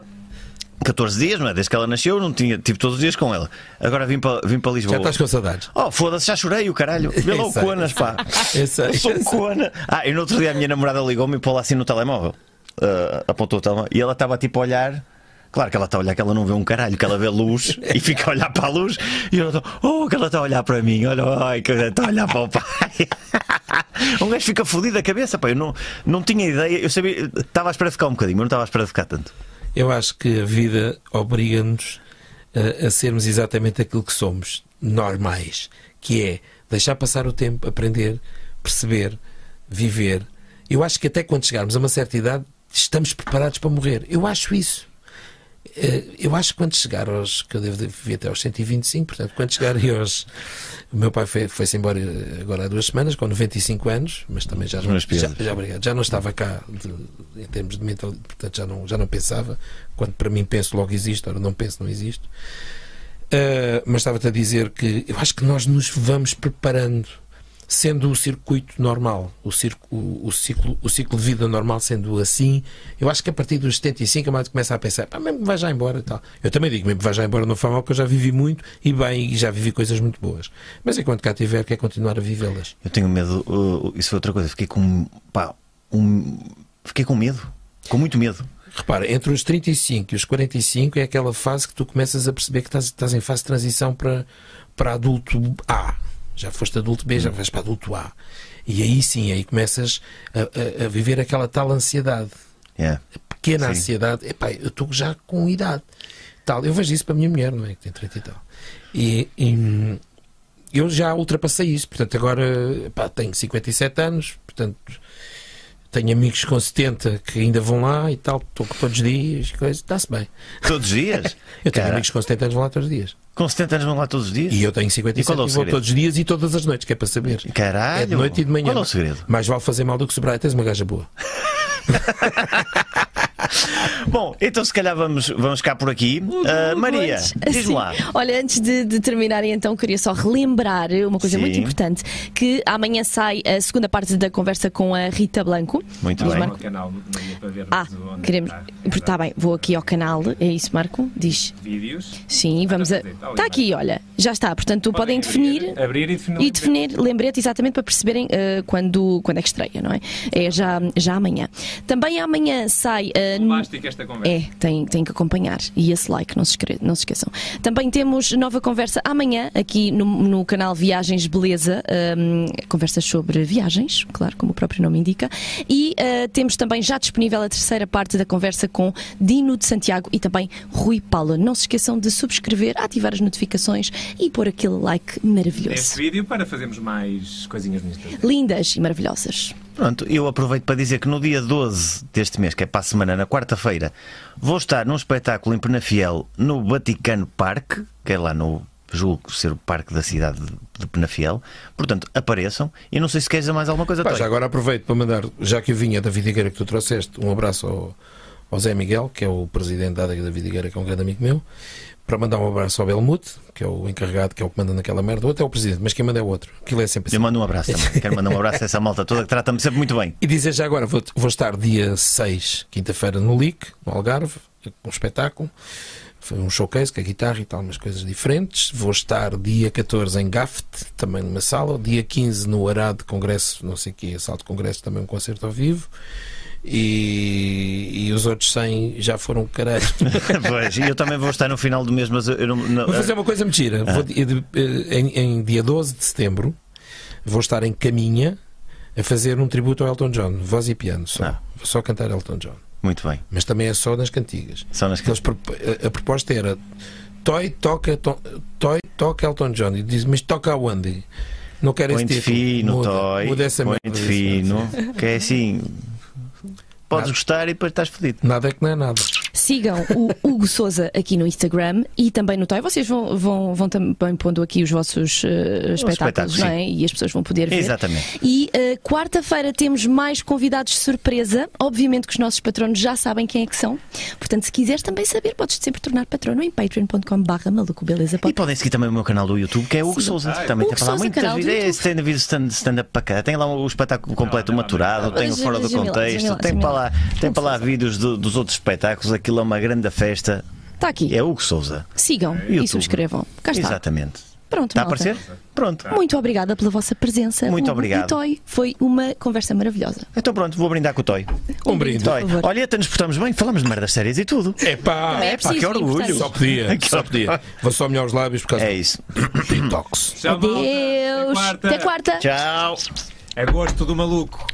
14 dias, não é? Desde que ela nasceu, não tinha, tive todos os dias com ela. Agora vim para, vim para Lisboa. Já estás É com saudades. Oh, foda-se, já chorei o caralho. Vê lá o Exato. Conas, pá. Eu sei, Eu sou eu um Conas. Ah, e no outro dia a minha namorada ligou-me e pôs lá assim no telemóvel. Ah, apontou o telemóvel. E ela estava tipo a olhar. Claro que ela está a olhar que ela não vê um caralho, que ela vê luz e fica a olhar para a luz e eu estou, oh, que ela está a olhar para mim, olha, ai, que ela está a olhar para o pai. um gajo fica fodido da cabeça, pá, eu não, não tinha ideia, eu sabia, estava à espera de ficar um bocadinho, mas não estava à espera de ficar tanto. Eu acho que a vida obriga-nos eh, a, sermos exatamente aquilo que somos, normais, que é deixar passar o tempo, aprender, perceber, viver. Eu acho que até quando chegarmos a uma certa idade estamos preparados para morrer. Eu acho isso. Eh, Eu acho que quando chegar aos. que eu devo viver até aos 125, portanto, quando chegar aí aos. O meu pai foi- foi-se embora eh, agora há duas semanas, com 95 anos, mas também já, não- meus já, pesos. já, obrigado, já não estava cá de- em termos de mentalidade, portanto, já não, já não pensava. Quando para mim penso, logo existe, ora não penso, não existe. Uh, mas estava-te a dizer que eu acho que nós nos vamos preparando, sendo o circuito normal, o, circo, o, o ciclo, o ciclo de vida normal sendo assim, eu acho que a partir dos 75 a malta começa a pensar, pá, mesmo que vai já embora e tal. Eu também digo, mesmo que vai já embora, não faz mal, que eu já vivi muito e bem, e já vivi coisas muito boas. Mas enquanto cá tiver, quer continuar a vivê-las. Eu tenho medo, uh, isso foi outra coisa, fiquei com, pá, um, fiquei com medo, com muito medo. Repara, entre os 35 e os 45 é aquela fase que tu começas a perceber que estás, estás em fase de transição para, para adulto A. Já foste adulto B, já vais para adulto A. E aí sim, aí começas a, a- a viver aquela tal ansiedade, Yeah. Sim. pequena é ansiedade. Epá, eu estou já com idade. Tal, eu vejo isso para a minha mulher, não é? Que tem 30 e tal. E, e, hum, eu já ultrapassei isso. Portanto, agora epá, tenho 57 anos, portanto, tenho amigos com 70 que ainda vão lá e tal, estou com todos os dias, coisa, está-se bem. Todos os dias? Eu tenho Cara, amigos com 70 anos que vão lá todos os dias. com 70 anos vão lá todos os dias? E eu tenho E qual 57 é e, o vou segredo? todos os dias e todas as noites, que é para saber. Caralho! É de noite e de manhã. Qual é o segredo? Mais vale fazer mal do que sobrar. Tens uma gaja boa. Bom, então se calhar vamos, vamos cá por aqui. Ah, Maria, assim. Antes- diz-me Sim. lá. Olha, antes de, de terminarem, então, queria só relembrar uma coisa Sim. muito importante: que amanhã sai a segunda parte da conversa com a Rita Blanco. Muito Diz, bem. Vai ao Marco. canal não deu para ver Ah, mas onde queremos. está. Está bem, vou aqui ao canal. É isso, Marco? Diz. Vídeos. Sim, vamos a. Está aqui, olha, já está. é Portanto, podem definir. Abrir, abrir e definir. E definir lembrete exatamente para perceberem eh, quando, quando é que estreia, não é? É já, já amanhã. Também amanhã sai. eh, Plástica esta conversa. é, tem, tem que acompanhar. E esse like, não se, escre- não se esqueçam. Também temos nova conversa amanhã, aqui no, no canal Viagens Beleza. hum, conversas sobre viagens, claro, como o próprio nome indica. E ah, temos também já disponível a terceira parte da conversa com Dino de Santiago e também Rui Paula. Não se esqueçam de subscrever, ativar as notificações e pôr aquele like Este maravilhoso. vídeo para fazermos mais coisinhas bonitas. Lindas e maravilhosas. Pronto, eu aproveito para dizer que no dia 12 deste mês, que é para a semana, na quarta-feira, vou estar num espetáculo em Penafiel, no Vaticano Parque, que é lá no. Julgo ser o parque da cidade de- de Penafiel. Portanto, apareçam. E não sei se queres dizer mais alguma coisa, Pá, Toy. já agora aproveito para mandar, já que eu vinha da Vidigueira que tu trouxeste, um abraço ao, ao Zé Miguel, que é o presidente da Adega da Vidigueira, que é um grande amigo meu. para mandar um abraço ao Belmute, que é o encarregado, que é o que manda naquela merda, ou até o presidente, mas quem manda é o outro. Aquilo é sempre Eu assim. mando um abraço também. Quero mandar um abraço a essa malta toda que trata-me sempre muito bem. E dizer já agora, vou, vou estar dia 6, quinta-feira, no LIC, no Algarve, com um espetáculo. Foi um showcase com a guitarra e tal, umas coisas diferentes. Vou estar dia 14 em Gaft, também numa sala. Dia 15 no Arado Congresso, não sei o que, Salto Congresso, também um concerto ao vivo. E, e os outros 100 já foram caralho. Pois, e eu também vou estar no final do mês, mas eu não. não- Vou fazer uma coisa mentira. Vou di- de- eh, em, em dia 12 de setembro, vou estar em Caminha a fazer um tributo ao Elton John, voz e piano. Só, Ah. Vou só cantar Elton John. Muito bem. Mas também é só nas cantigas. Só nas Porque eles propo- a, a proposta era Toy toca, to- Toy toca Elton John. E diz, mas toca aonde? Não quero esse Põe-te título. fino, muda, Toy. muda essa merda. Põe-te fino. Que é assim. Podes Nada. gostar e depois estás fodido. Nada é que não é nada. Sigam o Hugo Souza aqui no Instagram e também no Toy. Vocês vão, vão, vão também pondo aqui os vossos eh, espetáculos, espetáculos, não é? E as pessoas vão poder ver. Exatamente. E eh, quarta-feira temos mais convidados surpresa. Obviamente que os nossos patronos já sabem quem é que são. Portanto, se quiseres também saber, podes sempre tornar patrono em patreon.com/barra maluco beleza. E podem seguir também o meu canal do YouTube, que é Hugo Sim. Souza. que também Hugo tem para lá Souza, muitas canal do ideias. YouTube. Tem havido stand- stand-up para cá. Tem lá o espetáculo completo, não, não, maturado, não. tem o Mas, fora do Jamila, Jamila, contexto, tem Jamila. para lá, tem Hugo para lá Souza. vídeos do- dos outros espetáculos. Aquilo é uma grande festa. Está Tá aqui. É Hugo Souza. Sigam e YouTube. subscrevam. Cá está. Exatamente. Pronto, Está a malta. aparecer? Pronto. Muito obrigada pela vossa presença. Muito Hugo obrigado. E Toy, foi uma conversa maravilhosa. Então pronto, vou brindar com o Toy. Um, brinde, por Toy. favor. Olha, até nos portamos bem, falamos de merdas sérias e tudo. Epá, Também é preciso, que orgulho. importante. só podia, só podia. Vou só melhorar os lábios por causa É isso. do detox. Tchau, malta. Adeus. Até quarta. Até quarta. Tchau. É gosto do maluco.